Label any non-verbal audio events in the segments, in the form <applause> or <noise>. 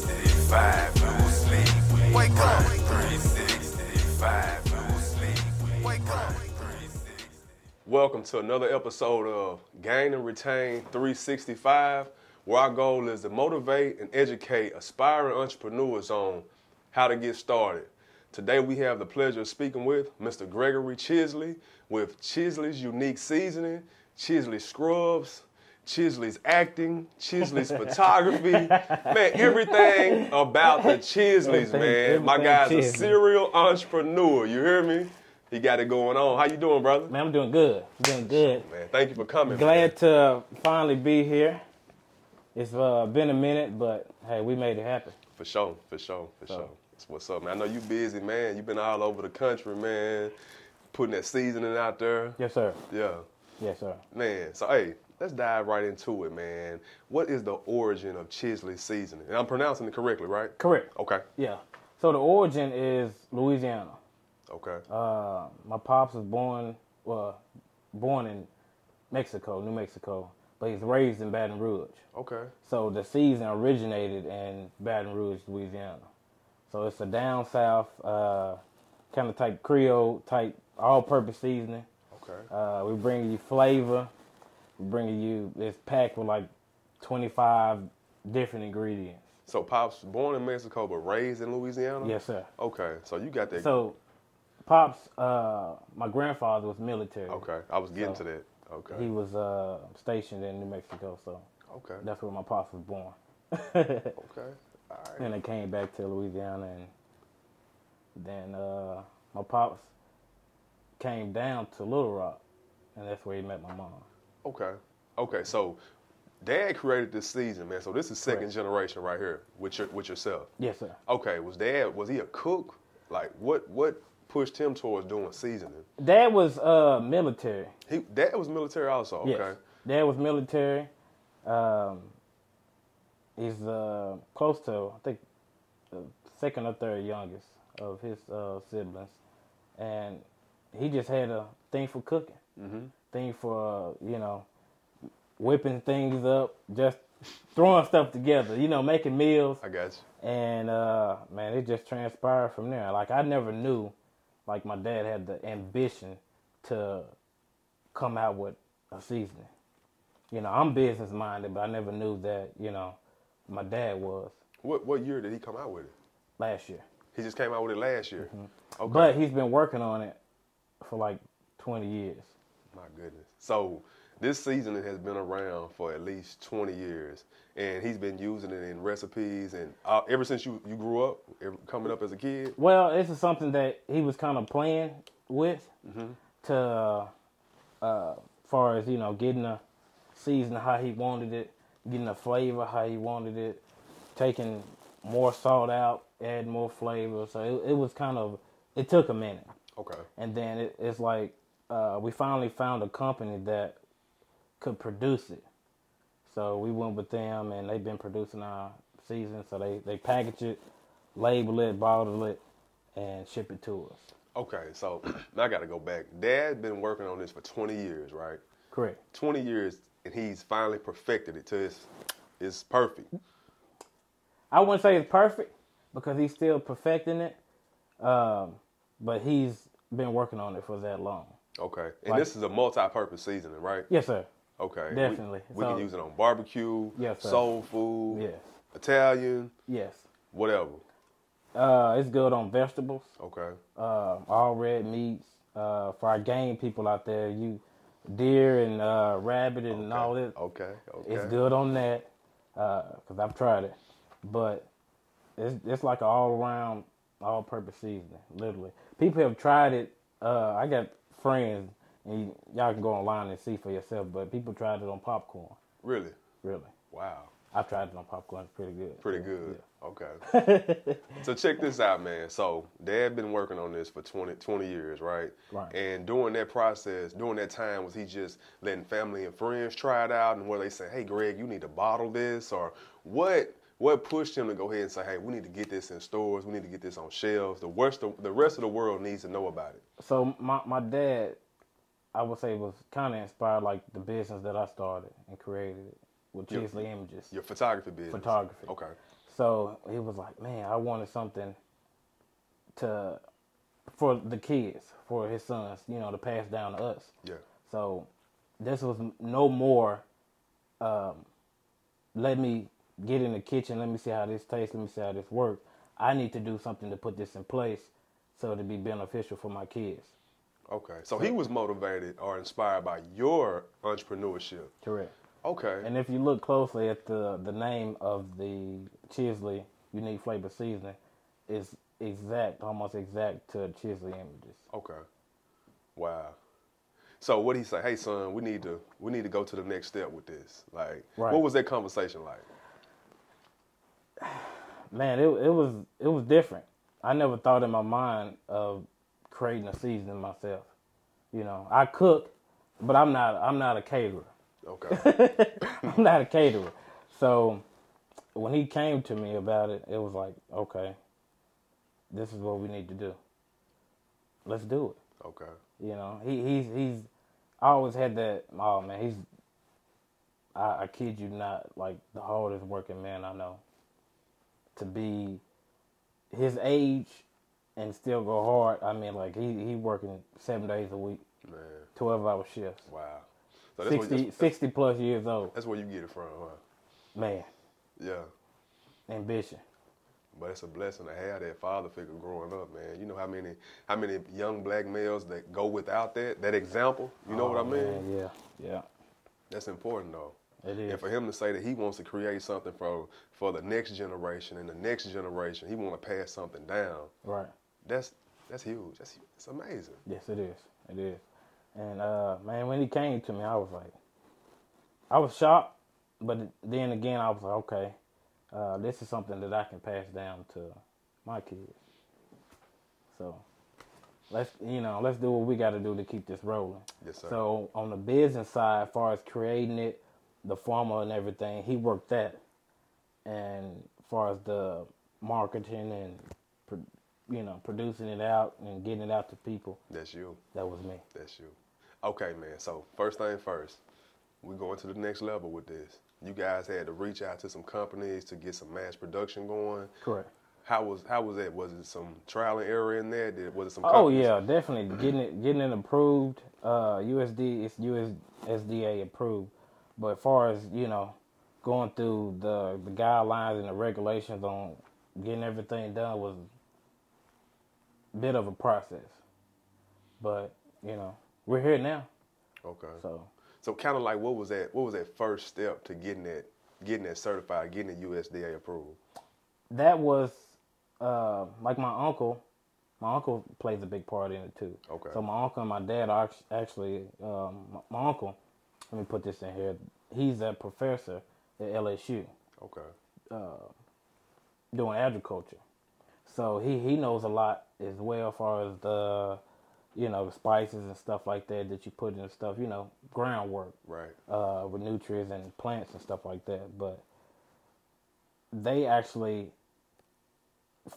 365, you will sleep. Wake up. 365, you will sleep. Wake up. 365. Welcome to another episode of Gain and Retain 365, where our goal is to motivate and educate aspiring entrepreneurs on how to get started. Today we have the pleasure of speaking with Mr. Gregory Chisley with Chisley's Unique Seasoning, Chisley Scrubs, Chisley's Acting, <laughs> Chisley's Photography, man, everything about the Chisleys, man. My everything guy's a Chisley. serial entrepreneur, you hear me? He got it going on. How you doing, brother? Man, I'm doing good. Doing good. Man, thank you for coming. man. Glad to finally be here. It's uh, been a minute, but hey, we made it happen. For sure, for sure, for sure. That's what's up, man. I know you busy, man. You've been all over the country, man, putting that seasoning out there. Yes, sir. Yeah. Yes, sir. Man, so hey, let's dive right into it, man. What is the origin of Chisley seasoning? And I'm pronouncing it correctly, right? Correct. Okay. Yeah. So the origin is Louisiana. Okay. Uh, my pops was born, well, born in Mexico, New Mexico, but he's raised in Baton Rouge. okay. So the season originated in Baton Rouge, Louisiana. So it's a down south, uh, kind of type Creole type all-purpose seasoning. Okay. Uh, we bring you flavor. We bring you it's packed with like 25 different ingredients. So pops born in Mexico but raised in Louisiana? Yes, sir. Okay. So you got that So, pops, uh, my grandfather was military. Okay. I was getting So- to that. Okay. He was uh, stationed in New Mexico, so okay. that's where my pops was born. <laughs> okay. All right. and I came back to Louisiana, and then uh, my pops came down to Little Rock, and that's where he met my mom. Okay. Okay. So, Dad created this season, man. So this is second Correct. generation right here with your with yourself. Yes, sir. Okay. Was Dad was he a cook? Like what what pushed him towards doing seasoning? Dad was uh, military. He Dad was military also. Okay. Yes. Dad was military. Um, he's uh, close to, I think, the second or third youngest of his uh, siblings. And he just had a thing for cooking, mm-hmm. thing for, uh, you know, whipping things up, just throwing stuff together, you know, making meals. I got you. And uh, man, it just transpired from there. Like I never knew, like my dad had the ambition to come out with a seasoning. You know, I'm business minded, but I never knew that. You know, my dad was What what year did he come out with it? last year, He just came out with it last year. Mm-hmm. Oh Okay. but he's been working on it for like 20 years. My goodness. So this seasoning has been around for at least 20 years, and he's been using it in recipes and uh, ever since you, you grew up, ever, coming up as a kid. Well, this is something that he was kind of playing with to, uh, far as you know, getting a season how he wanted it, getting a flavor how he wanted it, taking more salt out, add more flavor. So it, it was kind of it took a minute, Okay. and then it, it's like uh, we finally found a company that could produce it. So we went with them, and they've been producing our season. So they they package it, label it, bottle it, and ship it to us. Okay, so <clears throat> now I got to go back. Dad's been working on this for 20 years, right? Correct. 20 years, and he's finally perfected it to his, it's perfect. I wouldn't say it's perfect because he's still perfecting it, um, but he's been working on it for that long. Okay, and this is a multi-purpose seasoning, right? Yes, sir. Okay, we- Definitely. We, can So- use it on barbecue, Yes, sir. soul food, Yes. Italian, Yes. whatever. Uh, it's good on vegetables, Okay, uh, all red meats. Uh, for our game people out there, you deer and uh, rabbit and all that. okay, okay. It's good on that because I've tried it, but it's it's like an all around all purpose seasoning. Literally, people have tried it. Uh, I got friends, and y'all can go online and see for yourself. But people tried it on popcorn. Really? Really, Wow. I've tried it on popcorn. It's pretty good. Pretty good. Okay. <laughs> so check this out, man. So dad been working on this for 20, 20 years, right? Right. And during that process, during that time, was he just letting family and friends try it out and where they say, hey, Greg, you need to bottle this or what? What pushed him to go ahead and say, hey, we need to get this in stores. We need to get this on shelves. The, worst of, the rest of the world needs to know about it. So my my dad, I would say, was kind of inspired like the business that I started and created with Chisley Images Your photography business. photography. Okay. So he was like, man, I wanted something to for the kids, for his sons, you know, to pass down to us. Yeah. So this was no more. Um, let me get in the kitchen. Let me see how this tastes. Let me see how this works. I need to do something to put this in place so to be beneficial for my kids. Okay. So he was motivated or inspired by your entrepreneurship. Correct. Okay. And if you look closely at the the name of the Chisley Unique Flavor Seasoning, is exact, almost exact to Chisley Images. Okay. Wow. So what he say? Hey son, we need to we need to go to the next step with this. Like, Right. what was that conversation like? man, it it was it was different. I never thought in my mind of creating a seasoning myself. You know, I cook, but I'm not I'm not a caterer. <laughs> Okay. I'm not a caterer. So when he came to me about it, it was like, okay, this is what we need to do. Let's do it. okay. You know, he he's he's. I always had that. Oh man, he's. I, I kid you not, like the hardest working man I know. To be his age and still go hard. I mean, like he he working seven days a week, Man. twelve hour shifts. Wow. So that's where, 60, that's, 60 plus years old, that's where you get it from, huh? man. Yeah. Ambition. But it's a blessing to have that father figure growing up, man. You know how many how many young black males that go without that that example. You know what I Oh, mean? man, yeah, yeah. That's important though. It is. And for him to say that he wants to create something for for the next generation and the next generation, he want to pass something down. Right. That's that's huge. That's it's amazing. Yes, it is. It is. And uh, man, when he came to me, I was like, I was shocked, but then again, I was like, okay, uh, this is something that I can pass down to my kids. So let's you know let's do what we got to do to keep this rolling. Yes, sir. So on the business side, as far as creating it, the formula and everything, he worked that, and as far as the marketing and pro- you know producing it out and getting it out to people, That's you. that was me. That's you. Okay, man. So first thing first, we're going to the next level with this. You guys had to reach out to some companies to get some mass production going. Correct. How was how was that? Was it some trial and error in there? Did, was it some? Oh companies- yeah, definitely getting it getting it approved. Uh, USD it's USDA approved, but as far as you know, going through the the guidelines and the regulations on getting everything done was a bit of a process. But you know, we're here now, Okay. So, so kind of like what was that? What was that first step to getting that getting that certified, getting the USDA approved? that was uh, like my uncle. My uncle plays a big part in it too. Okay. So my uncle and my dad are act- actually um, my, my uncle. Let me put this in here. He's a professor at LSU Okay. doing agriculture, so he he knows a lot as well as far as the you know the spices and stuff like that that you put in stuff. You know groundwork Right. uh, with nutrients and plants and stuff like that. But they actually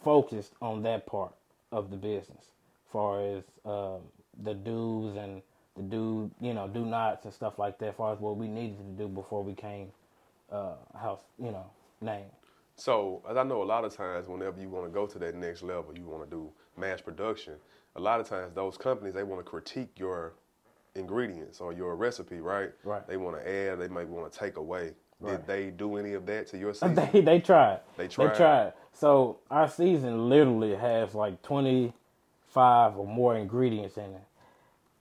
focused on that part of the business, far as um, the do's and the do you know do nots and stuff like that. Far as what we needed to do before we came uh, house, you know, name. So, as I know, a lot of times, whenever you want to go to that next level, you want to do mass production. A lot of times, those companies they want to critique your ingredients or your recipe, right? Right. They want to add. They might want to take away. Did Right. they do any of that to your season? <laughs> they they tried. They tried. They tried. So our season literally has like twenty five or more ingredients in it.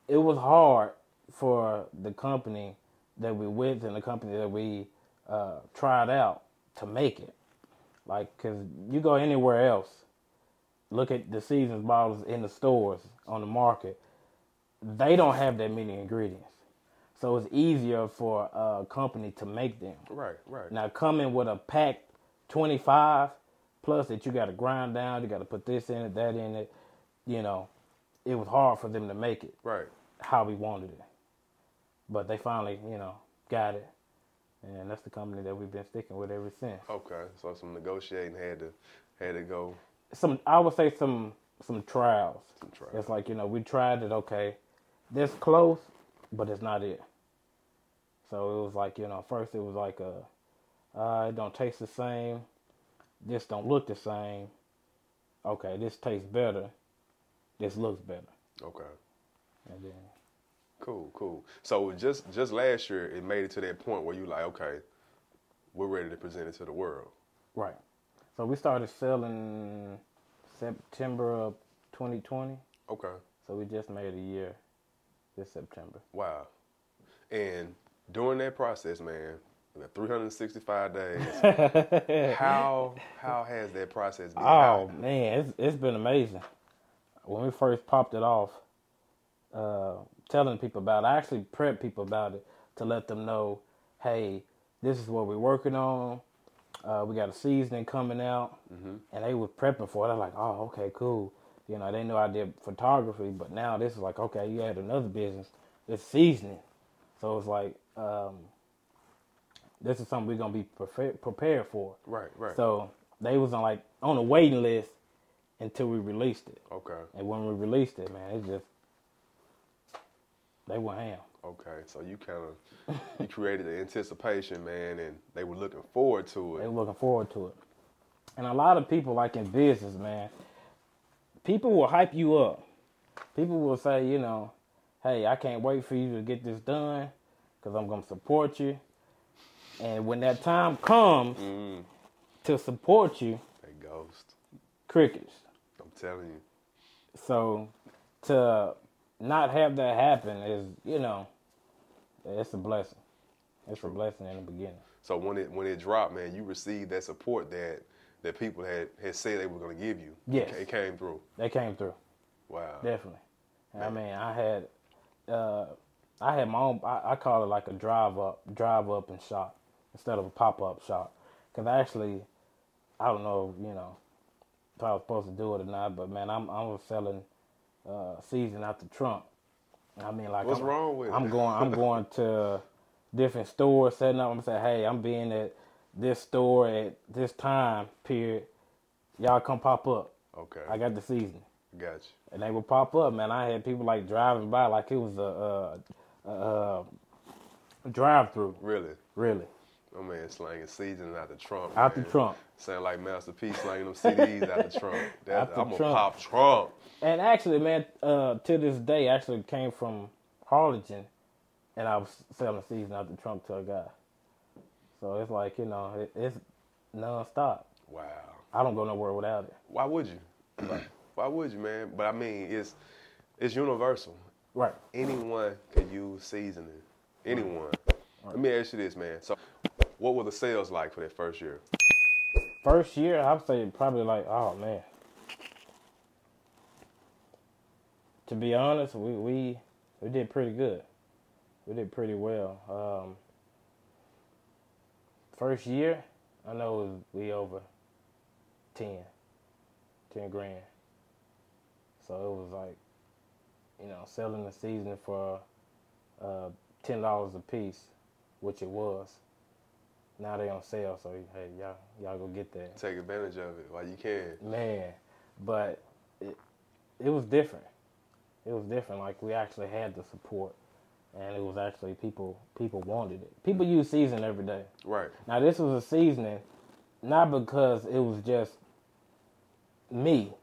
It was hard for the company that we with and the company that we uh, tried out to make it. Like, cause you go anywhere else, look at the season's bottles in the stores on the market. They don't have that many ingredients, so it's easier for a company to make them. right. Right. Now coming with a pack 25 plus that you got to grind down, you got to put this in it, that in it. You know, it was hard for them to make it Right. how we wanted it. But they finally, you know, got it. And that's the company that we've been sticking with ever since. Okay. So some negotiating had to had to go. Some I would say some some trials. Some trials. It's like, you know, we tried it, okay. This close, but it's not it. So it was like, you know, first it was like a uh, it don't taste the same. this don't look the same. Okay, this tastes better. This looks better. Okay. And then Cool, cool. So just just last year, it made it to that point where you like, okay, we're ready to present it to the world. right. So we started selling September of 2020. Okay. So we just made a year this September. Wow. And during that process, man, we got 365 days. <laughs> how how has that process been? Oh <laughs> man, it's it's been amazing. When we first popped it off, uh, telling people about it, I actually prepped people about it to let them know, hey, this is what we're working on. Uh, we got a seasoning coming out, and they were prepping for it. I was like, oh, okay, cool. You know, they knew I did photography, but now this is like, okay, you had another business. It's seasoning, so it's like, um, this is something we're gonna be prefe- prepared for. Right, right. So they was on like on a waiting list until we released it. okay, And when we released it, man, it just they went ham. okay. So you kind of you created the anticipation, man, and they were looking forward to They it. were looking forward to it. And a lot of people like in business, man, people will hype you up. People will say, you know, hey, I can't wait for you to get this done because I'm gonna support you. And when that time comes to support you, That ghost. crickets. I'm telling you. So to not have that happen is, you know, it's a blessing. It's a blessing in the beginning. So when it when it dropped, man, you received that support that that people had had said they were going to give you. Yes. It came through. They came through, Wow. definitely. And I mean, I had, uh, I had my own. I, I call it like a drive up, drive up and shop instead of a pop up shop, because actually, I don't know, you know, if I was supposed to do it or not. But man, I'm I was selling uh, season out the trunk. I mean, like, What's I'm, wrong with it? I'm going. <laughs> I'm going to different stores, setting up. I'm saying, hey, I'm being at this store at this time period. Y'all come pop up. Okay. I got the season, Got you. and they would pop up. Man, I had people like driving by like it was a, uh uh drive through. Really. Really, Oh man, slanging seasoning out the trunk. out the man. trunk. Sound like Master P slanging them CDs out the trunk. That's, Out the I'm gonna trunk. pop trunk. And actually, man, uh, to this day, I actually came from Harlingen, and I was selling season out the trunk to a guy. So it's like you know, it, it's nonstop. Wow. I don't go nowhere without it. Why would you? <clears throat> Why would you, man? But I mean, it's it's universal. Right. Anyone can use seasoning. Anyone. Let me ask you this, man. So, what were the sales like for that first year? First year, I'd say probably like, oh man. To be honest, we we, we did pretty good. We did pretty well. Um, first year, I know it was- we over 10, 10 grand. So it was like, you know, selling the season for uh, ten dollars a piece, which it was. Now they on sale, so hey, y'all y'all go get that Take advantage of it while you can. man but it, it was different it was different like we actually had the support and it was actually people people wanted it people use season every day Right. now this was a seasoning not because it was just me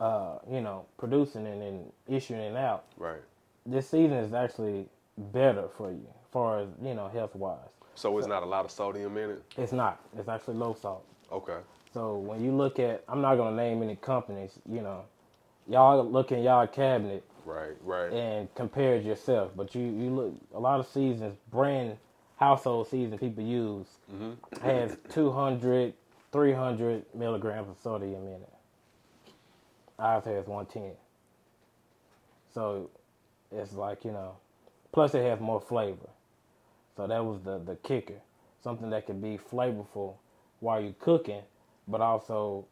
uh you know producing it and issuing it out Right. this season is actually better for you as far as you know health wise So it's not a lot of sodium in it. it's not it's actually low salt Okay. so when you look at, I'm not gonna name any companies, you know, y'all look in y'all cabinet Right. Right. and compare it yourself. But you you look a lot of seasons, brand household season people use has 200, 300 milligrams of sodium in it. Ours has 110. So it's like you know, plus it has more flavor. So that was the the kicker, something that could be flavorful while you're cooking, but also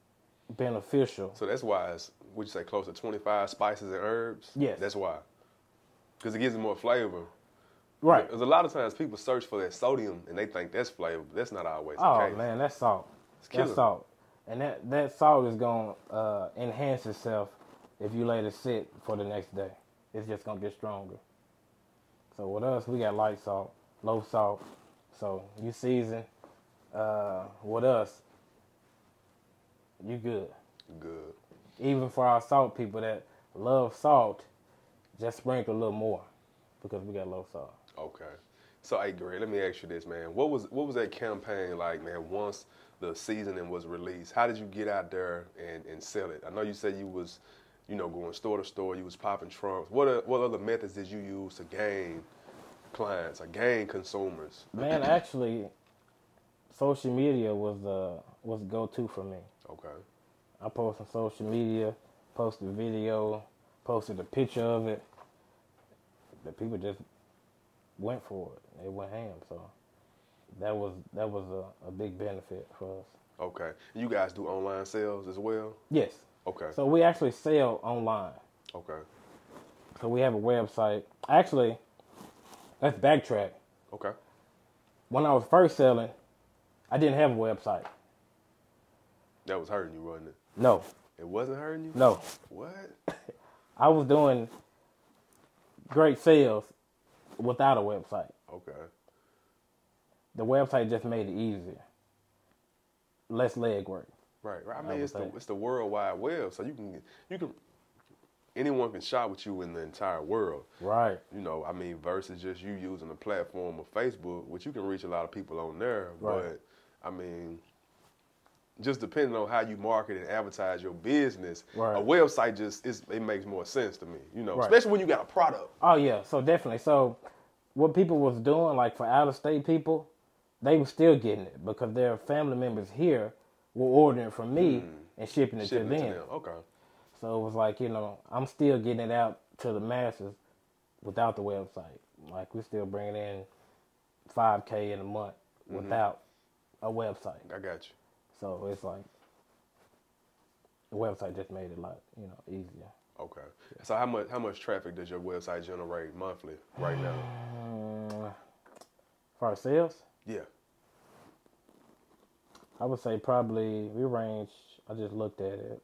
beneficial. So that's why it's would you say close to twenty five spices and herbs? Yes. That's why. Because it gives it more flavor. Right. Because a lot of times people search for that sodium and they think that's flavor, but that's not always Oh the case. man, that's salt. That's killer. salt, and that that salt is gonna uh, enhance itself if you let it sit for the next day. It's just gonna get stronger. So with us, we got light salt, low salt. So you season. Uh, with us, you good. Good. Even for our salt people that love salt, just sprinkle a little more because we got low salt. Okay. So hey Greg, let me ask you this, man. What was what was that campaign like, man, once the seasoning was released? How did you get out there and, and sell it? I know you said you was, you know, going store to store, you was popping trunks. What are, what other methods did you use to gain clients or gain consumers? Man, actually, social media was uh was go to for me. Okay. I post on social media, posted a video, posted a picture of it. The people just went for it. They went ham. So that was that was a, a big benefit for us. Okay. You guys do online sales as well? Yes. Okay. So we actually sell online. okay. So we have a website. Actually, let's backtrack. Okay. When I was first selling, I didn't have a website. That was hurting you, wasn't it? No, It wasn't hurting you? no. What? I was doing great sales without a website. Okay. The website just made it easier. Less legwork. Right, right. I would mean, it's the, think. it's the world wide web, so you can you can anyone can shop with you in the entire world. Right. You know, I mean, versus just you using the platform of Facebook, which you can reach a lot of people on there. Right. But I mean, just depending on how you market and advertise your business, Right. a website just it's, it makes more sense to me. You know, Right. especially when you got a product. Oh yeah, so definitely. So what people was doing, like for out of state people, they were still getting it because their family members here were ordering it from me and Hmm. shipping it Shipping to it them. to them. Okay. So it was like, you know, I'm still getting it out to the masses without the website. Like we're still bringing in 5k in a month without a website. I got you. So it's like the website just made it a lot, you know, easier. Okay. So how much how much traffic does your website generate monthly right <sighs> now? Um, for our sales, Yeah. I would say probably we range. I just looked at it.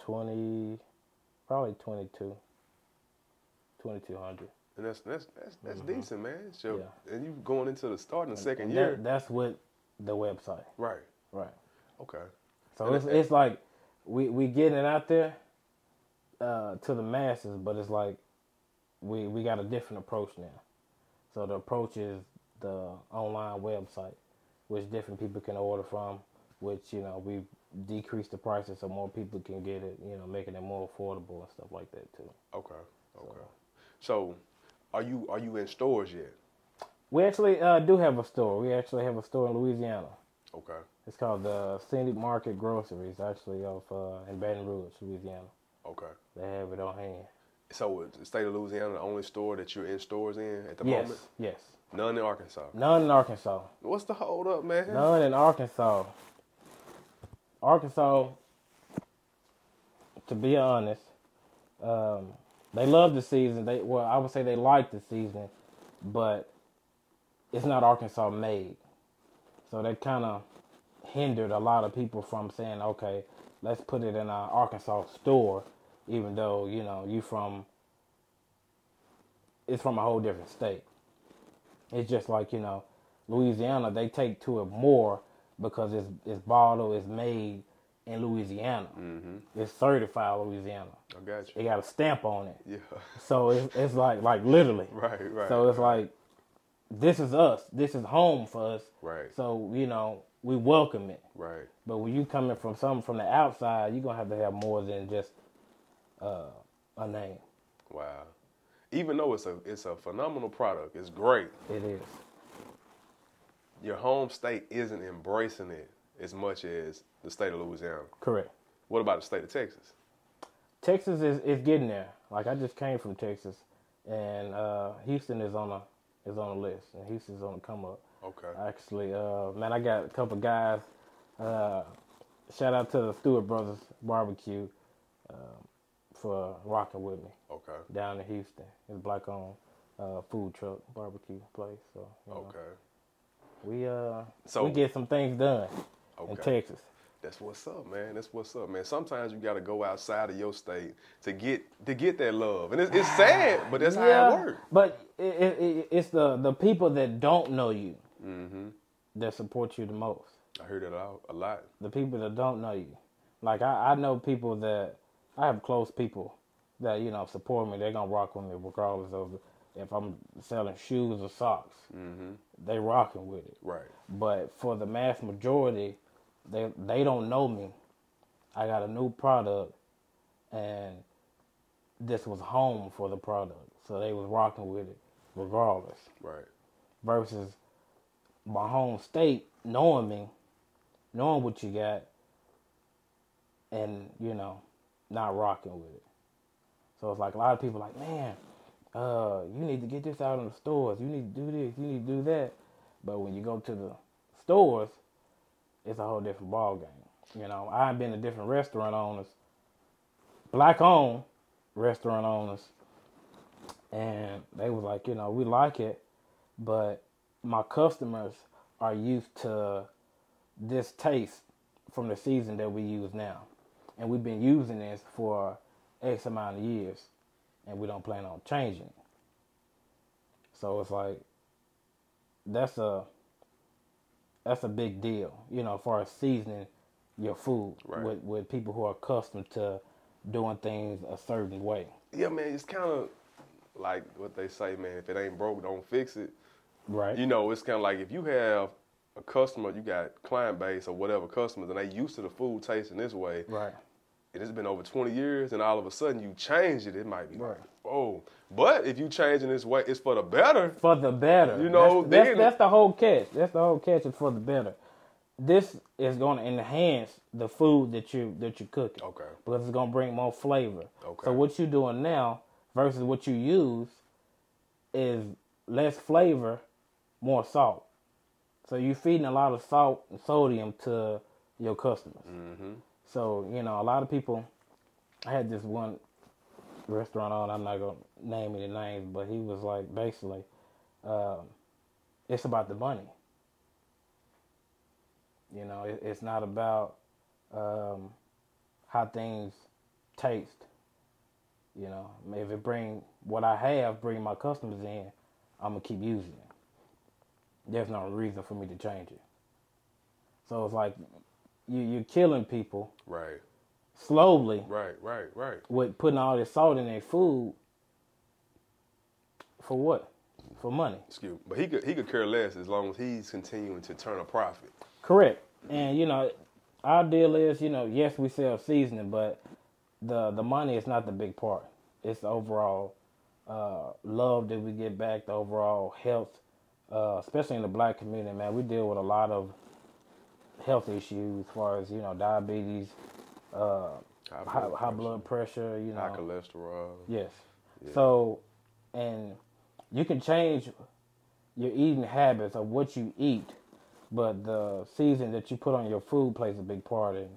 Twenty, probably 22, 2200. And that's that's that's, that's decent, man. It's your- Mm-hmm. Yeah. And you going into the starting the second And year, that, that's with the website, right? right? Okay. So And it's it- it's like we we getting it out there uh, to the masses, but it's like we we got a different approach now. So the approach is the online website, which different people can order from, which you know we decreased the prices so more people can get it, you know, making it more affordable and stuff like that too. Okay. Okay. So, are you are you in stores yet? We actually uh, do have a store. We actually have a store in Louisiana. Okay. It's called the Sandy Market Groceries, actually, off uh, in Baton Rouge, Louisiana. Okay. They have it on hand. So, is the state of Louisiana the only store that you're in stores in at the yes, moment? yes. None in Arkansas. None in Arkansas. What's the hold up, man? None in Arkansas. Arkansas, to be honest, um, they love the season. They well, I would say they like the season, but it's not Arkansas made. So that kind of hindered a lot of people from saying, "Okay, let's put it in an Arkansas store," even though you know you from it's from a whole different state. It's just like you know, Louisiana. They take to it more because it's it's bottled, it's made in Louisiana. Mm-hmm. It's certified Louisiana. I got It you. got a stamp on it, Yeah. so it's, it's like like literally. <laughs> right. Right. So it's like this is us. This is home for us. Right. So you know we welcome it. right. But when you coming from something from the outside, you're gonna have to have more than just uh, a name. Wow. Even though it's a it's a phenomenal product, it's great. It is Your home state isn't embracing it as much as the state of Louisiana. correct. What about the state of Texas? Texas is, is getting there. Like I just came from Texas, and uh, Houston is on a is on a list, and Houston's on the come up. Okay. Actually, uh, man, I got a couple guys. Uh, shout out to the Stewart Brothers Barbecue um, for rocking with me Okay. down in Houston. It's black owned uh, food truck barbecue place. So you know, Okay. we uh Oh. So- we get some things done in Okay. Texas. That's what's up, man. That's what's up, man. Sometimes you gotta go outside of your state to get to get that love, and it's, it's sad, but that's how it works. But it, it, it, it's the the people that don't know you that support you the most. I hear that out a lot. the people that don't know you. Like I, I know people that I have close people that you know support me. They're gonna rock with me regardless of if I'm selling shoes or socks. Mm-hmm. They rocking with it. Right. But for the mass majority, they they don't know me. I got a new product, and this was home for the product, so they was rocking with it regardless Right. versus my home state knowing me, knowing what you got, and you know, not rocking with it. So it's like a lot of people like, man, uh, you need to get this out in the stores. You need to do this. You need to do that. But when you go to the stores, it's a whole different ball game. You know, I've been to different restaurant owners, black owned restaurant owners, and they was like, you know, we like it, but my customers are used to this taste from the season that we use now. And we've been using this for X amount of years and we don't plan on changing. it. So it's like that's a that's a big deal, you know, as far as seasoning your food Right. with, with people who are accustomed to doing things a certain way. Yeah, man, it's kind of like what they say, man. If it ain't broke, don't fix it. Right. You know, it's kind of like if you have a customer, you got client base or whatever customers, and they used to the food tasting this way, right. and it's been over 20 years, and all of a sudden you change it, it might be like, Right. oh. But if you change in this way, it's for the better. for the better. You know, that's, that's, then- that's the whole catch. That's the whole catch is for the better. This is going to enhance the food that you that you're cooking. Okay. Because it's going to bring more flavor. Okay. So what you're doing now versus what you use is less flavor, more salt. So you're feeding a lot of salt and sodium to your customers. So you know, a lot of people. I had this one restaurant on. I'm not gonna name any names, but he was like, basically, um, it's about the money. You know, it, it's not about um, how things taste. You know, if it bring what I have, bring my customers in, I'm gonna keep using it. There's no reason for me to change it. So it's like you you're killing people Right, slowly right, right, right. with putting all this salt in their food for what? For money. Excuse me. But he could, he could care less as long as he's continuing to turn a profit. Correct. And you know, our deal is, you know, yes, we sell seasoning, but the the money is not the big part. It's the overall uh, love that we get back, the overall health, uh, especially in the black community, man. We deal with a lot of health issues, as far as you know, diabetes, uh, High high, blood high pressure, blood pressure, you know, high cholesterol. Yes. So, and you can change your eating habits of what you eat, but the season that you put on your food plays a big part in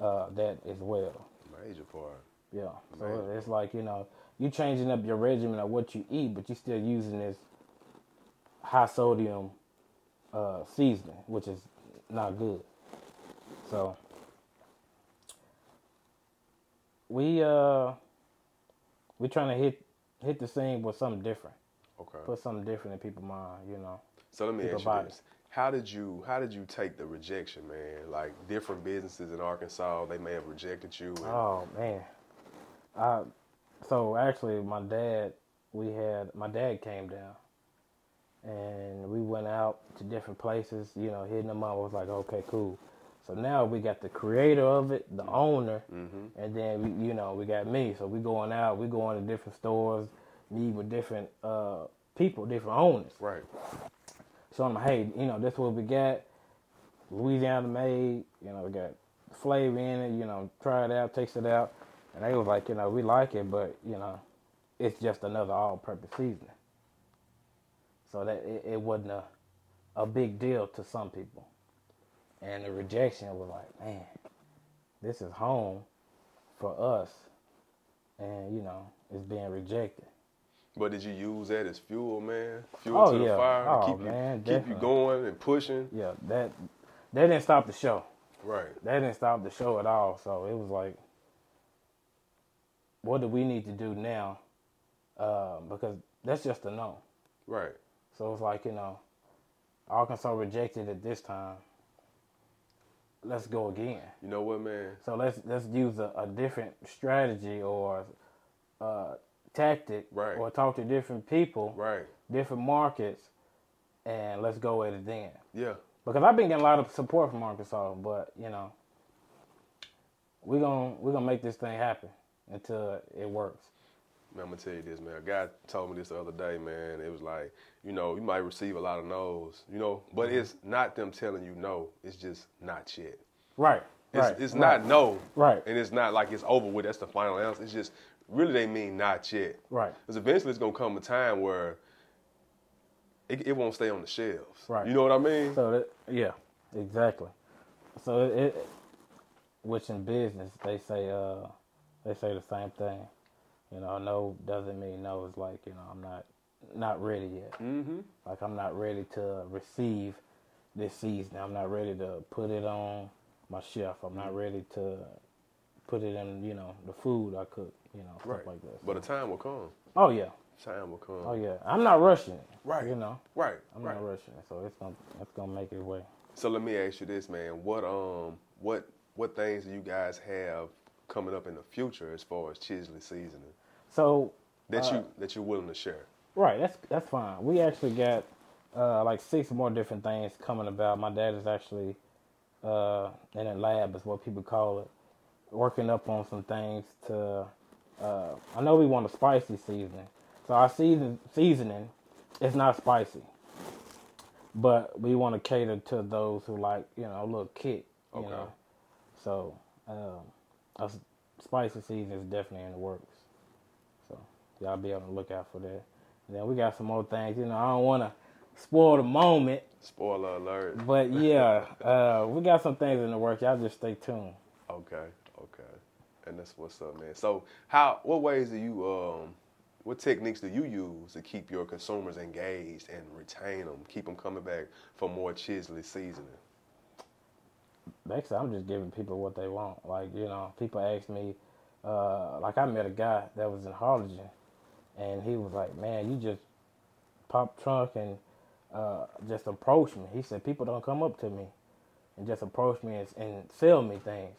uh, that as well. Major part. Yeah. So Right. it's like you know you changing up your regimen of what you eat, but you're still using this high sodium uh, seasoning, which is not good. So we uh we trying to hit hit the scene with something different, Okay. put something different in people's mind. You know, So let me People ask buy you this: How did you how did you take the rejection, man? Like different businesses in Arkansas, they may have rejected you. And, Oh man. I so actually my dad we had my dad came down and we went out to different places, you know, hitting them up. I was like, okay, cool. So now we got the creator of it, the owner, and then we, you know we got me. So we going out, we going to different stores, meet with different uh, people, different owners. right, So I'm like, hey, you know, that's what we got. Louisiana made, you know, we got flavor in it, you know, try it out, taste it out. And they was like, you know, we like it, but, you know, it's just another all purpose seasoning. So that it, it wasn't a, a big deal to some people. And the rejection was like, man, this is home for us. And, you know, it's being rejected. but did you use that as fuel, man? Fuel Oh, to the yeah. fire, to Oh, keep you man, keep you definitely. going and pushing. Yeah, that, that didn't stop the show. Right, that didn't stop the show at all. So it was like, what do we need to do now? Uh, because that's just a no. right. So it's like you know, Arkansas rejected it this time. let's go again. You know what, man? So let's let's use a, a different strategy or uh, tactic, Right. or talk to different people, Right. different markets, and let's go at it then. Yeah. Because I've been getting a lot of support from Arkansas, but you know, we're gonna we're gonna make this thing happen until it works. Man, I'm gonna tell you this, man. A guy told me this the other day, man. It was like, you know, you might receive a lot of no's, you know, but Mm-hmm. it's not them telling you no. It's just not yet. Right. It's, right. it's right, not no. Right. And it's not like it's over with. That's the final answer. It's just really they mean not yet. Right. Because eventually it's gonna come a time where it, it won't stay on the shelves. Right. You know what I mean? So that, yeah, exactly. So it, it, which in business they say uh they say the same thing. You know, no doesn't mean no. It's like you know I'm not not ready yet. mm-hmm. Like I'm not ready to receive this season. I'm not ready to put it on my shelf. I'm Mm-hmm. not ready to put it in you know the food I cook. You know, stuff Right. like that. But a time will come. oh yeah, Time will come. oh yeah. I'm not rushing it. Right. You know, Right. I'm right. not rushing it. So it's gonna it's gonna make its way. So let me ask you this, man. What um what what things do you guys have coming up in the future as far as Chisley seasoning So that Uh, you that you're willing to share? Right, that's that's fine. We actually got uh, like six more different things coming about. My dad is actually uh, in a lab, is what people call it, working up on some things to. Uh, I know we want a spicy seasoning, so our season seasoning is not spicy, but we want to cater to those who like you know a little kick. You Okay. know? So um, a s- spicy season is definitely in the works. So y'all be on the lookout for that. And then we got some more things. You know, I don't want to spoil the moment, Spoiler alert. but yeah, uh, we got some things in the works. Y'all just stay tuned. Okay, okay. And that's what's up, man. So how what ways do you um what techniques do you use to keep your consumers engaged and retain them, keep them coming back for more Chisley seasoning? Basically, I'm just giving people what they want. Like you know, people ask me, uh, like I met a guy that was in Harlingen, and he was like, "Man, you just pop trunk and uh, just approach me." He said, "People don't come up to me." And just approach me and, and sell me things.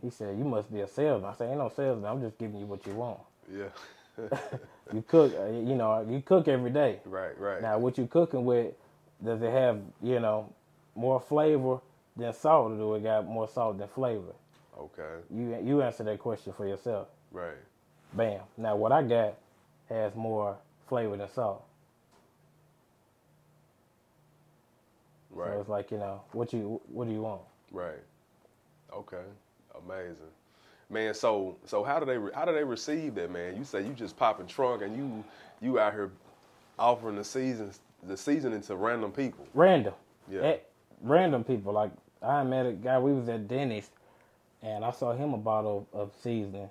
He said, "You must be a salesman." I said, "Ain't no salesman. I'm just giving you what you want." Yeah. You cook, uh, you know, you cook every day. <laughs> right, right. Now, what you cooking with, does it have, you know, more flavor than salt, or do it got more salt than flavor? Okay. You you answer that question for yourself. Right. Bam. Now, what I got has more flavor than salt. Right. So it's like, you know, what you what do you want? Right. Okay. Amazing. Man, so so how do they re- how do they receive that, man? You say you just popping trunk and you you out here offering the seasons the seasoning to random people. Random. Yeah. Eh, random people. Like I met a guy. We was at Denny's, and I saw him a bottle of seasoning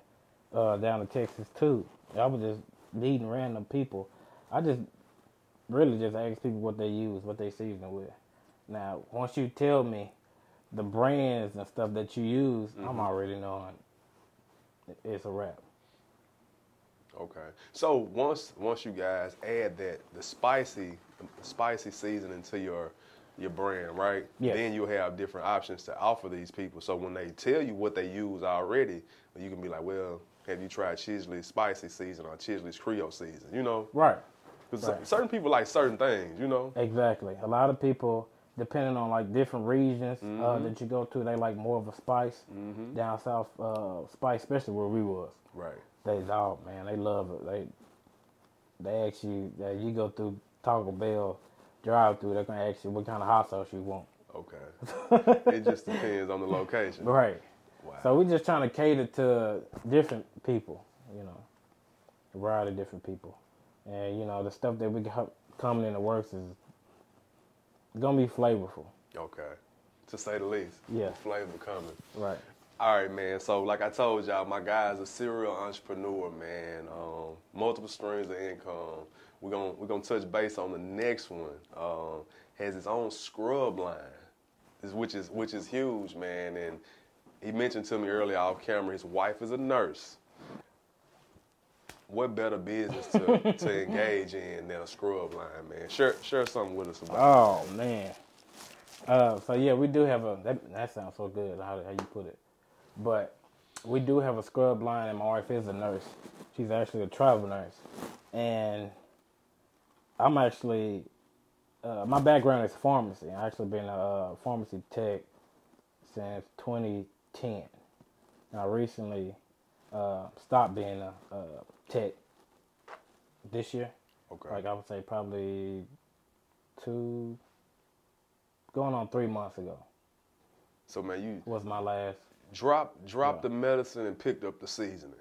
uh, down in Texas too. I was just meeting random people. I just really just ask people what they use, what they season with. Now, once you tell me the brands and stuff that you use, I'm already knowing it's a wrap. Okay. So once once you guys add that the spicy the spicy seasoning to your your brand, right? Yes. Then you'll have different options to offer these people. So when they tell you what they use already, you can be like, well, have you tried Chisley's spicy season or Chisley's Creole season? You know, Right. Because Right. certain people like certain things, you know? Exactly. A lot of people, depending on like different regions uh, that you go to, they like more of a spice. Down south, uh, spice, especially where we was, Right. they dog man, they love it. They they ask you that you go through Taco Bell drive through, they're gonna ask you what kind of hot sauce you want. Okay. it just depends on the location. <laughs> Right. Wow. So we're just trying to cater to different people, you know, a variety of different people, and you know the stuff that we got coming in the works is gonna be flavorful. okay. To say the least. Yeah. Flavor coming. Right. All right, man. So, like I told y'all, my guy's a serial entrepreneur, man. Um, multiple streams of income. We're gonna we're gonna touch base on the next one. Um, has his own scrub line, is- which is which is huge, man. And he mentioned to me earlier off camera, his wife is a nurse. What better business to, to engage in than a scrub line, man? Share share something with us about. Oh man. Uh, so yeah, we do have a that, that sounds so good how, how you put it, but we do have a scrub line, and my wife is a nurse. She's actually a travel nurse, and I'm actually uh, my background is pharmacy. I've actually been a uh, pharmacy tech since 2010. I recently uh, stopped being a, a tech this year. Okay. Like I would say, probably two, going on three months ago so man, you was my last. drop drop the medicine and picked up the seasoning.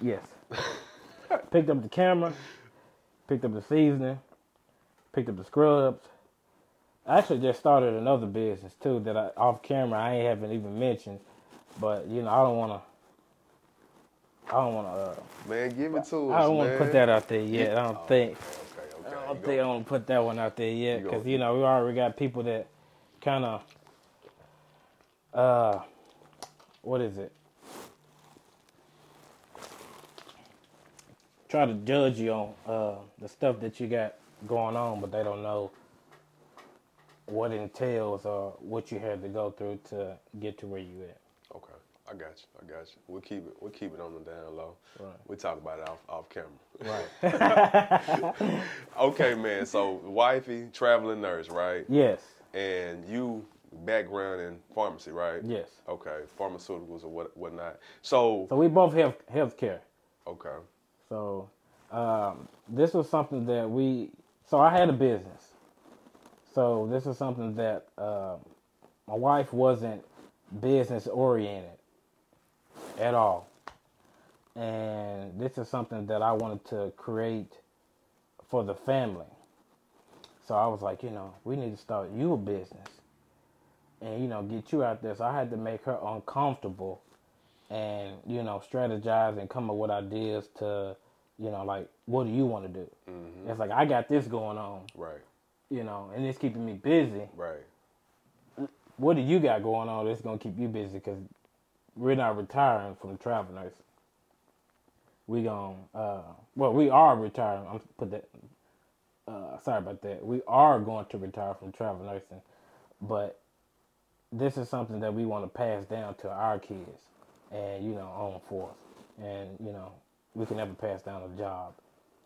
Yes. <laughs> picked up the camera, picked up the seasoning, picked up the scrubs. I actually just started another business too that I off camera I ain't haven't even mentioned, but you know I don't wanna. I don't wanna. Uh, Man, give it to us. I don't want to put that out there yet. I don't think. Okay, okay. I you don't go. think I want to put that one out there yet You go. because you know we already got people that kind of uh what is it try to judge you on uh the stuff that you got going on but they don't know what entails or what you had to go through to get to where you at Okay, I got you. I got you. We'll keep it. We'll keep it on the down low. Right. We talk about it off off camera. right <laughs> okay, man. So wifey, traveling nurse, right? yes And you background in pharmacy, right? yes Okay, pharmaceuticals or what whatnot. So so we both have healthcare okay, So um, this was something that we. So I had a business. So this was something that um my wife wasn't business oriented at all, and this is something that I wanted to create for the family. So I was like, you know, we need to start you a business, and you know, get you out there. So I had to make her uncomfortable and you know strategize and come up with ideas to you know like what do you want to do it's like i got this going on right, you know and it's keeping me busy right, what do you got going on that's going to keep you busy because we're not retiring from travel nurse we going uh well we are retiring i'm put that uh sorry about that we are going to retire from travel nursing but this is something that we want to pass down to our kids and you know on forth and you know we can never pass down a job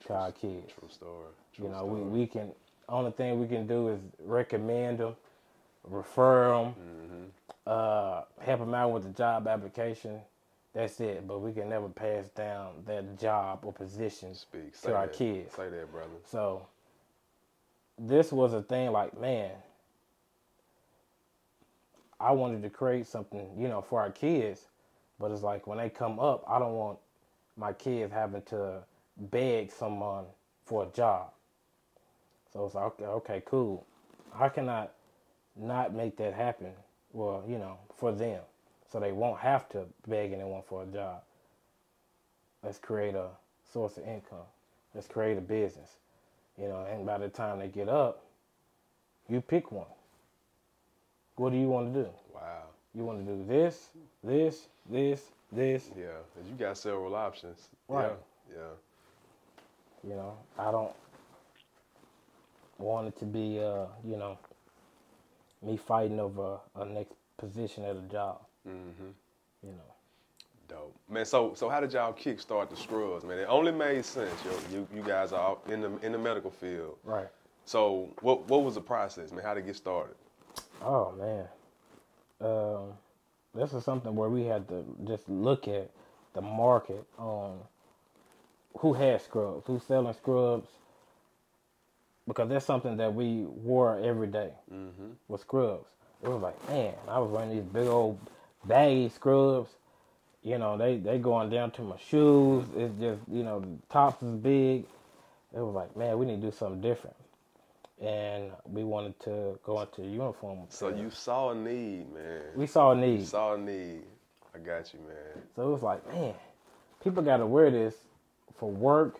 to our kids true story. True you know, story. we, we can only thing we can do is recommend them, refer them, Mm-hmm. uh, help them out with the job application. That's it. But we can never pass down that job or position speak say to our that. kids. Say that, brother. So this was a thing like, man, I wanted to create something, you know, for our kids, but it's like when they come up, I don't want my kids having to beg someone for a job. So it's like, okay, okay, cool. How can I not make that happen? Well, you know, for them, so they won't have to beg anyone for a job. Let's create a source of income. Let's create a business. You know, and by the time they get up, you pick one. What do you want to do? Wow. You want to do this, this, this, this. Yeah, 'cause you got several options. Right. Yeah. yeah. You know, I don't want it to be, uh, you know, me fighting over a next position at a job. Mm-hmm. You know, Dope, man. So, so how did y'all kickstart the Scrubs, man? It only made sense. Yo, you, you guys are out in the in the medical field. right? So, what what was the process, man? How to get started? Oh man, um, this is something where we had to just look at the market on who has scrubs, who's selling scrubs, because that's something that we wore every day with scrubs. It was like, man, I was wearing these big old baggy scrubs. You know, they they going down to my shoes. It's just you know, the tops is big. It was like, man, we need to do something different. And we wanted to go into uniform. So apparel. you saw a need, man. we saw a need. You saw a need. I got you, man. So it was like, man, people gotta wear this for work,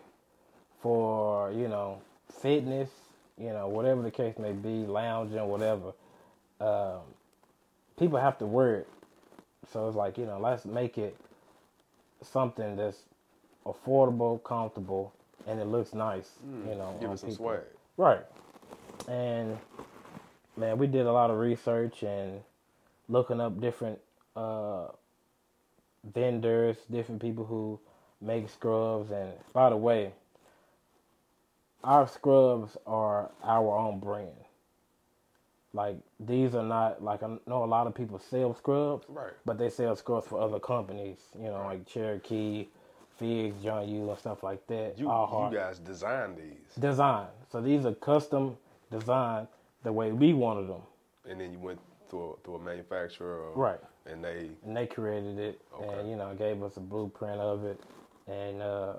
for you know, fitness, you know, whatever the case may be, lounging, whatever. Um, people have to wear it. So it's like, you know, let's make it something that's affordable, comfortable, and it looks nice. you know, Give on us some people. swag. Right. And man, we did a lot of research and looking up different uh, vendors, different people who make scrubs. And by the way, our scrubs are our own brand. Like these are not like I know a lot of people sell scrubs, Right. but they sell scrubs for other companies. You know, like Cherokee, Figs, John U, and stuff like that. You, All hard you guys designed these, design. So these are custom designed the way we wanted them, and then you went through a, through a manufacturer, Right. And they and they created it, Okay. and you know gave us a blueprint of it, and uh,